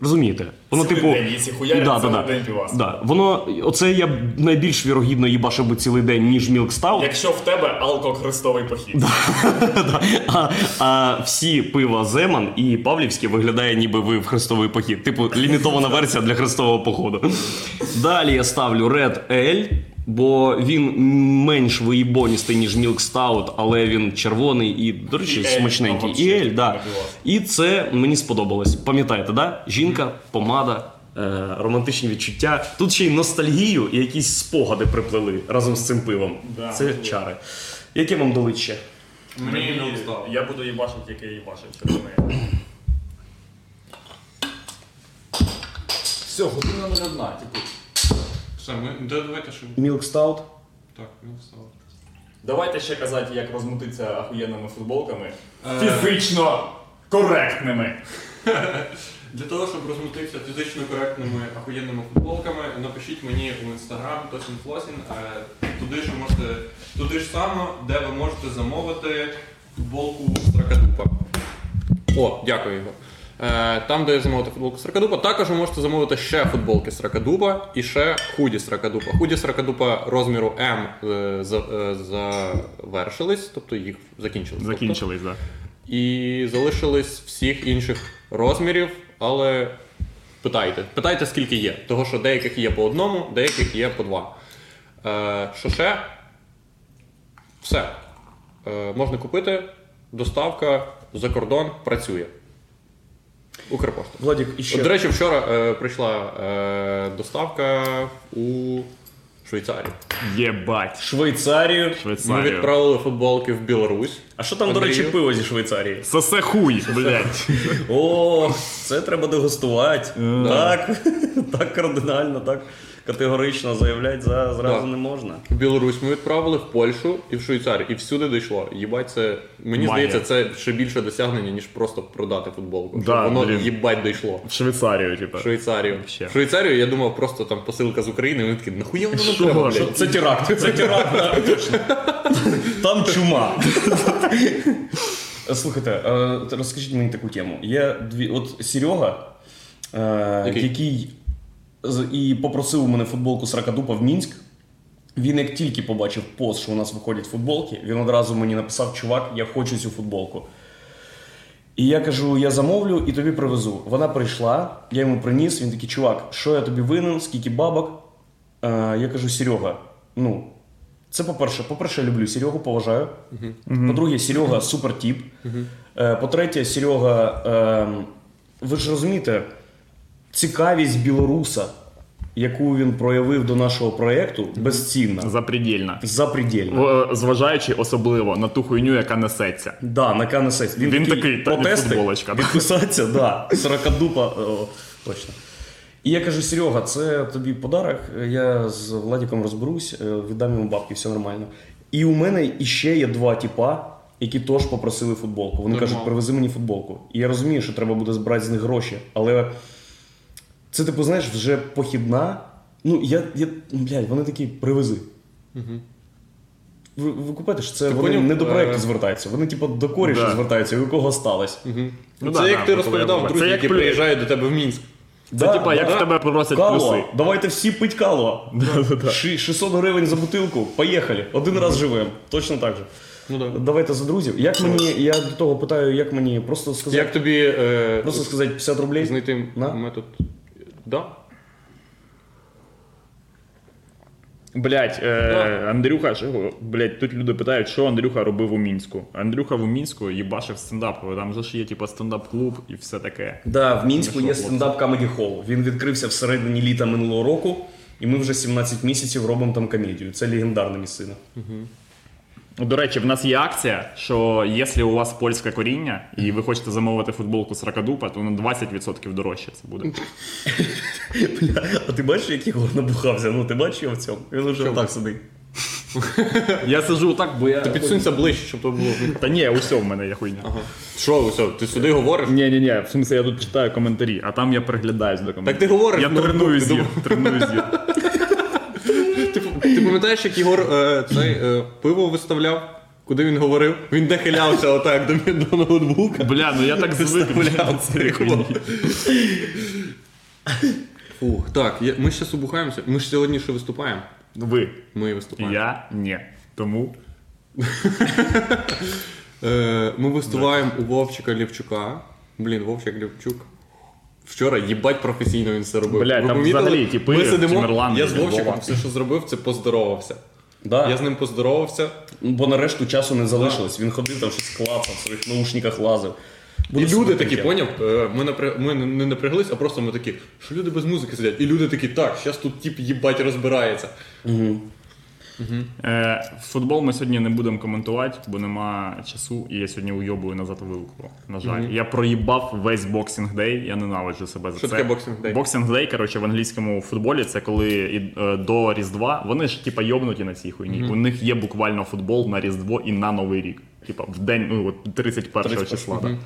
Speaker 3: Розумієте? Воно
Speaker 1: Цілий
Speaker 3: типу.
Speaker 1: день їсти хуярять,
Speaker 3: да, да,
Speaker 1: цілий
Speaker 3: да.
Speaker 1: день пивас.
Speaker 3: Да. Воно, оце я б найбільш вірогідно їбашив би цілий день, ніж Milk Stout.
Speaker 1: Якщо в тебе алкохрестовий похід.
Speaker 3: А, а всі пива Земан і Павлівські виглядає, ніби ви в хрестовий похід. Типу, лімітована версія для хрестового походу. Далі я ставлю Red Ale, бо він менш виїбоністий, ніж Milk Stout, але він червоний і, до речі,
Speaker 1: І ель,
Speaker 3: смачненький.
Speaker 1: ну,
Speaker 3: І
Speaker 1: вообще,
Speaker 3: ель, да.
Speaker 1: напивався.
Speaker 3: І це мені сподобалось. Пам'ятаєте, да? Жінка, помада. е, Романтичні відчуття. Тут ще й ностальгію і якісь спогади приплели разом з цим пивом.
Speaker 1: Да.
Speaker 3: Це чари. Яке вам долить ще?
Speaker 1: Мені
Speaker 4: не встало.
Speaker 1: я буду їбашити, як я їбашив. через неї. Все, година номер одна, типу.
Speaker 4: Все, ми. Да, давайте ще.
Speaker 3: Milk Stout.
Speaker 4: Так, ну встало.
Speaker 1: Давайте ще казати, як розмутитися ахуєнними футболками. Е. Фізично коректними.
Speaker 4: Для того, щоб розмутитися фізично коректними ахуєнними футболками, напишіть мені у інстаграм Тосінфлосін. Туди ж ви можете, туди ж само, де ви можете замовити футболку Стракадупа. О, дякую його. Е, Там, де замовити футболку Стракадупа, також ви можете замовити ще футболки Стракадупа і ще худі Стракадупа. Худі Стракадупа розміру М е, за- е, завершились, тобто їх Тобто закінчили.
Speaker 6: Закінчились, так.
Speaker 4: І залишились всіх інших розмірів, але питайте. Питайте, скільки є. Того, що деяких є по одному, деяких є по два. Е, що ще? Все. Е, можна купити. Доставка за кордон працює. Укрпошта.
Speaker 3: Владик, і
Speaker 4: От, до
Speaker 3: ще.
Speaker 4: речі, вчора е, прийшла е, доставка у Швейцарію.
Speaker 6: Єбать.
Speaker 3: Швейцарію.
Speaker 4: Ми
Speaker 6: Швейцарія.
Speaker 4: відправили футболки в Білорусь.
Speaker 3: А що там, до
Speaker 4: Андрію.
Speaker 3: речі, пиво зі Швейцарії?
Speaker 6: Сосе хуй, блядь.
Speaker 3: О, це треба дегустувати. Так, так кардинально, так категорично заявляти за зразу
Speaker 4: Да.
Speaker 3: не можна.
Speaker 4: В Білорусь ми відправили в Польщу і в Швейцарію, і всюди дійшло. Їбать, це мені
Speaker 6: Магія.
Speaker 4: здається, це ще більше досягнення, ніж просто продати футболку.
Speaker 6: Да,
Speaker 4: Щоб воно
Speaker 6: блін.
Speaker 4: їбать дійшло.
Speaker 6: В Швейцарію, типа.
Speaker 4: В Швейцарію.
Speaker 6: Вообще.
Speaker 4: В Швейцарію я думав, просто там посилка з України, і вони такі, нахуя воно нам
Speaker 6: Що
Speaker 4: треба?
Speaker 6: воно?
Speaker 4: блядь?»
Speaker 3: Це теракт, це теракт. да, точно. Там чума. Слухайте, е, т- розкажіть мені таку тему. Є дві. От Серега, е,
Speaker 4: Який?
Speaker 3: який з- і попросив у мене футболку з Ракадупа в Мінськ. Він як тільки побачив пост, що у нас виходять футболки, він одразу мені написав: чувак, я хочу цю футболку. І я кажу: я замовлю і тобі привезу. Вона прийшла, я йому приніс. Він такий, чувак, що я тобі винен, скільки бабок. Е, я кажу, Серега, ну, це по-перше, по-перше, я люблю Серегу, поважаю. По-друге, Серега супер тіп. Е, по-третє, Серега, е, ви ж розумієте, цікавість білоруса, яку він проявив до нашого проєкту, безцінна.
Speaker 6: Запредельно.
Speaker 3: Запредельна.
Speaker 6: В- е, Зважаючи особливо на ту хуйню, яка несеться.
Speaker 3: Да, на Канесес.
Speaker 6: Він такий, та, футболочка.
Speaker 3: Відписатися, да. Сорокадупа, о, точно. І я кажу, Серега, це тобі подарок, я з Владіком розберусь, е, віддам йому бабки, все нормально. І у мене іще є два тіпа, які теж попросили футболку. Вони кажуть, привези мені футболку. І я розумію, що треба буде збирати з них гроші, але це, типу, знаєш, вже похідна. Ну, я, я блядь, вони такі привези. Ви, ви купите ж, це
Speaker 4: Ти
Speaker 3: вони
Speaker 4: поняв?
Speaker 3: не до проекту
Speaker 4: Е,
Speaker 3: звертаються. Вони, типу, до коріша
Speaker 6: Да.
Speaker 3: звертаються, у якого сталося.
Speaker 6: Ну
Speaker 4: це
Speaker 6: да,
Speaker 4: як
Speaker 6: да,
Speaker 4: ти
Speaker 6: ну,
Speaker 4: розповідав
Speaker 6: коли-
Speaker 4: друзі,
Speaker 6: це як
Speaker 4: які
Speaker 6: плюс.
Speaker 4: приїжджають до тебе в Мінськ.
Speaker 6: Це типа, як в тебе просять
Speaker 3: Кало,
Speaker 6: плюси.
Speaker 3: давайте всі пить кало. Ши- 600 гривень за бутилку, поїхали. Один раз живемо. Точно так же.
Speaker 4: Ну да.
Speaker 3: Давайте за друзів. Як мені, я до того питаю, як мені просто
Speaker 6: Ну,
Speaker 3: сказати,
Speaker 4: Як тобі е,
Speaker 3: просто сказати 50 рублей?
Speaker 4: знайти
Speaker 3: На.
Speaker 4: метод? Да?
Speaker 6: Блять, е, Андрюха, що- блять, тут люди питають, що Андрюха робив у Мінську. Андрюха в Мінську їбашив стендап. Там же ж є типа стендап-клуб і все таке.
Speaker 3: Да, в Мінську є
Speaker 6: Знайшов
Speaker 3: стендап Comedy Hall. Він відкрився всередині літа минулого року, і ми вже 17 місяців робимо там комедію. Це легендарна місцина.
Speaker 6: До речі, в нас є акція, що якщо у вас польське коріння і ви хочете замовити футболку з ракадупа, то на 20% дорожче це буде.
Speaker 3: Бля, а ти бачиш, як його набухався? Ну ти бачиш його в цьому? Він уже так сидить.
Speaker 6: Я сижу так, бо я.
Speaker 4: Ти підсунься ближче, щоб то було. видно.
Speaker 6: Та ні, усе в мене є хуйня.
Speaker 4: Що, все, ти сюди говориш?
Speaker 6: Ні, ні, ні, в смысле, я тут читаю коментарі, а там я приглядаюсь до коментарів.
Speaker 4: Так ти говориш,
Speaker 6: Я
Speaker 4: ну,
Speaker 6: треную
Speaker 4: ти
Speaker 6: зір,
Speaker 4: думав-
Speaker 6: треную зір.
Speaker 4: Ти пам'ятаєш, як Ігор е, цей е, пиво виставляв? куди він говорив. Він нахилявся отак до, мі- до ноутбука.
Speaker 1: Бля, ну я так звик.
Speaker 8: Вставляв цей ход.
Speaker 4: Фух, так, я- ми ще обухаємося. Ми ж сьогодні ще виступаємо.
Speaker 1: Ви.
Speaker 4: Ми виступаємо.
Speaker 1: Я ні. Тому
Speaker 4: Е, ми виступаємо у Вовчика Лівчука. Блін, Вовчик Лівчук. Вчора їбать професійно він це робив.
Speaker 1: Бля,
Speaker 4: Ви
Speaker 1: там
Speaker 4: помітили?
Speaker 1: взагалі тіпи
Speaker 4: Ми сидимо.
Speaker 1: Тімерлан,
Speaker 4: Я з
Speaker 1: Львова.
Speaker 4: Вовчиком все, що зробив, це поздоровався.
Speaker 3: Да.
Speaker 4: Я з ним поздоровався.
Speaker 3: Бо нарешту часу не залишилось. Він ходив там щось клацав, в своїх наушниках лазив.
Speaker 4: І люди такі,
Speaker 3: поняли?
Speaker 4: поняв, е, ми, напря... ми не- не напряглись, а просто ми такі, що люди без музики сидять. І люди такі, так, зараз тут тіп їбать розбирається.
Speaker 1: е, футбол ми сьогодні не будемо коментувати, бо нема часу, і я сьогодні уйобую назад вилку. На жаль, я проїбав весь боксинг дей. Я ненавиджу себе за
Speaker 4: Що
Speaker 1: це.
Speaker 4: таке Boxing Day?
Speaker 1: Боксинг дей, коротше, в англійському футболі це коли і- е, до Різдва вони ж типа йобнуті на цій хуйні. У них є буквально футбол на Різдво і на Новий рік. Типа в день, ну от 31 числа. Да.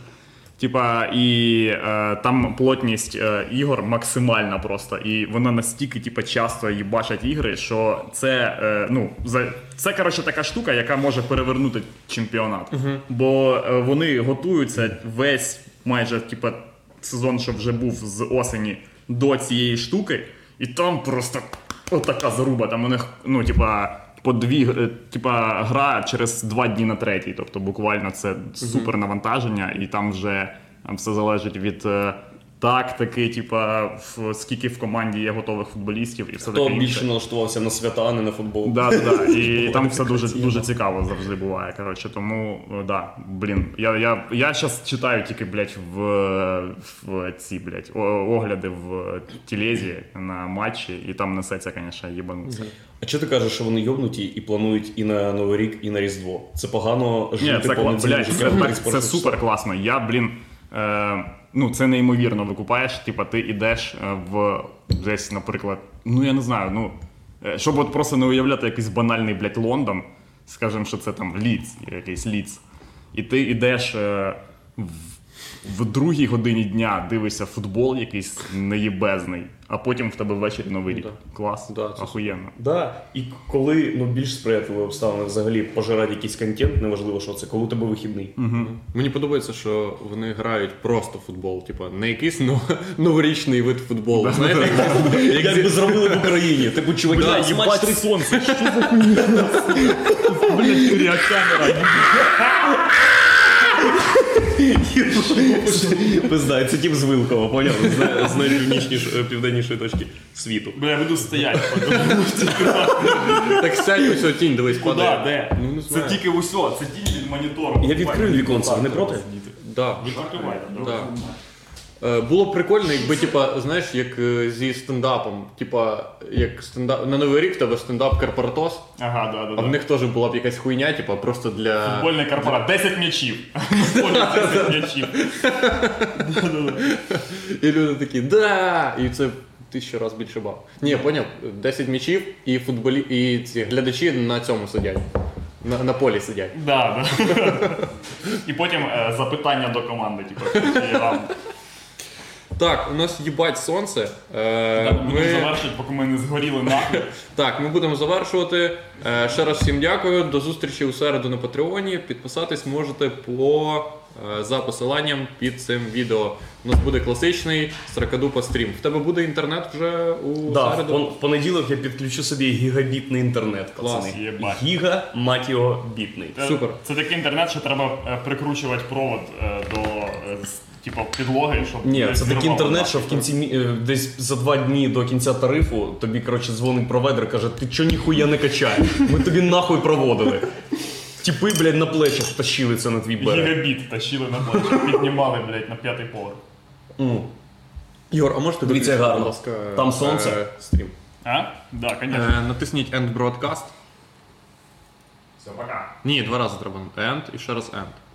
Speaker 1: Типа, і е, там плотність е, ігор максимальна просто. І вона настільки, типа, часто їбачать ігри, що це, е, ну, за, це, коротше, така штука, яка може перевернути чемпіонат. Бо е, вони готуються весь майже, типа, сезон, що вже був з осені до цієї штуки, і там просто отака заруба. Там у них, ну, типа. По дві е, типа гра через два дні на третій. Тобто буквально це супер навантаження, і там вже е, все залежить від е, тактики, типа в, скільки в команді є готових футболістів і все
Speaker 3: Хто
Speaker 1: таке інше.
Speaker 3: більше налаштувався на свята, а не на футбол.
Speaker 1: Да, да, да. І там все дуже, дуже цікаво завжди буває. Коротше, тому е, да, блін. Я, я, я щас читаю тільки, блядь, в, в ці, блядь, о- огляди в е, телезі на матчі, і там несеться, звісно, їбануться.
Speaker 3: А чи ти кажеш, що вони йобнуті і планують і на Новий рік, і на Різдво? Це погано жити
Speaker 1: Ні, це, кла-
Speaker 3: повноцінним
Speaker 1: блядь, це,
Speaker 3: життям
Speaker 1: так-
Speaker 3: 31
Speaker 1: це
Speaker 3: числа.
Speaker 1: супер класно. Я, блін, е, ну це неймовірно викупаєш. Типа ти йдеш е, в десь, наприклад, ну я не знаю, ну е, щоб от просто не уявляти якийсь банальний, блядь, Лондон, скажімо, що це там Ліц, якийсь Ліц. І ти йдеш е, в, в другій годині дня, дивишся футбол якийсь неїбезний, а потім в тебе ввечері новий рік. Клас,
Speaker 4: Да, це
Speaker 1: ахуєнно.
Speaker 3: Да, і коли ну, більш сприятливі обставини взагалі пожирати якийсь контент, неважливо, що це, коли у тебе вихідний.
Speaker 4: Мені подобається, що вони грають просто футбол, типа не якийсь но- новорічний вид футболу. Знаєте, як- як
Speaker 3: Як би зробили в Україні? Типу, чуваки,
Speaker 4: Да,
Speaker 3: да,
Speaker 4: матч
Speaker 3: їбать три сонце.
Speaker 1: Блядь, кріокамера.
Speaker 3: Пизда, це тім з Вилкова, поняв? З- З найпівнічнішої е, південнішої точки світу.
Speaker 1: Бля, я буду стояти.
Speaker 4: так сядь ось о тінь, дивись, падає.
Speaker 1: Куда? Де?
Speaker 4: Ну, не знаю.
Speaker 1: Це тільки усьо, це тільки від монітору.
Speaker 3: Я відкрив віконце, ви не проти?
Speaker 4: Да.
Speaker 1: Закривай.
Speaker 4: Да. Е, Було б прикольно, якби, типа, знаєш, як е, зі стендапом. Типа, як стендап на Новий рік в тебе стендап Карпартос,
Speaker 1: Ага, да, да,
Speaker 4: а в
Speaker 1: да.
Speaker 4: них теж була б якась хуйня, типа, просто для.
Speaker 1: Футбольний корпорат. 10 м'ячів. На полі 10 м'ячів.
Speaker 4: І люди такі, да! І це тисячу раз більше бав. Ні, поняв, 10 м'ячів і футболі, і ці глядачі на цьому сидять. На, на полі сидять.
Speaker 1: Да, да. І потім е, запитання до команди, типу, чи вам.
Speaker 4: Так, у нас їбать сонце. Е,
Speaker 1: Будемо
Speaker 4: ми...
Speaker 1: завершити, поки ми не згоріли нахуй.
Speaker 4: Так, ми будемо завершувати. Е, Ще раз всім дякую. До зустрічі у середу на Патреоні. Підписатись можете по е, за посиланням під цим відео. У нас буде класичний Сракадупа стрім. В тебе буде інтернет вже у
Speaker 3: Да, в
Speaker 4: середу.
Speaker 3: пон- в понеділок я підключу собі гігабітний інтернет, пацани.
Speaker 1: єбать.
Speaker 3: Гіга, мать його, бітний.
Speaker 1: Е,
Speaker 4: Супер.
Speaker 1: Це такий інтернет, що треба е, прикручувати провод е, до е, з- типу, підлоги, щоб.
Speaker 3: Ні,
Speaker 1: не
Speaker 3: це такий
Speaker 1: зірвало
Speaker 3: інтернет,
Speaker 1: нахуй.
Speaker 3: що в кінці мі- е, десь за два дні до кінця тарифу тобі коротше дзвонить провайдер, каже, ти чо ніхуя не качаєш? Ми тобі нахуй проводили. Тіпи, блядь, на плечах тащили це на твій берег.
Speaker 1: Гігабіт тащили на плечі, піднімали, блядь, на п'ятий поверх.
Speaker 4: Ігор, а можете
Speaker 3: Дивіться
Speaker 4: виключити,
Speaker 3: гарно.
Speaker 4: будь ласка,
Speaker 3: Там
Speaker 4: е,
Speaker 3: сонце.
Speaker 4: стрім.
Speaker 1: А? Да, звісно.
Speaker 4: Е, натисніть End Broadcast.
Speaker 1: Все, пока.
Speaker 4: Ні, два рази треба. End і ще раз End.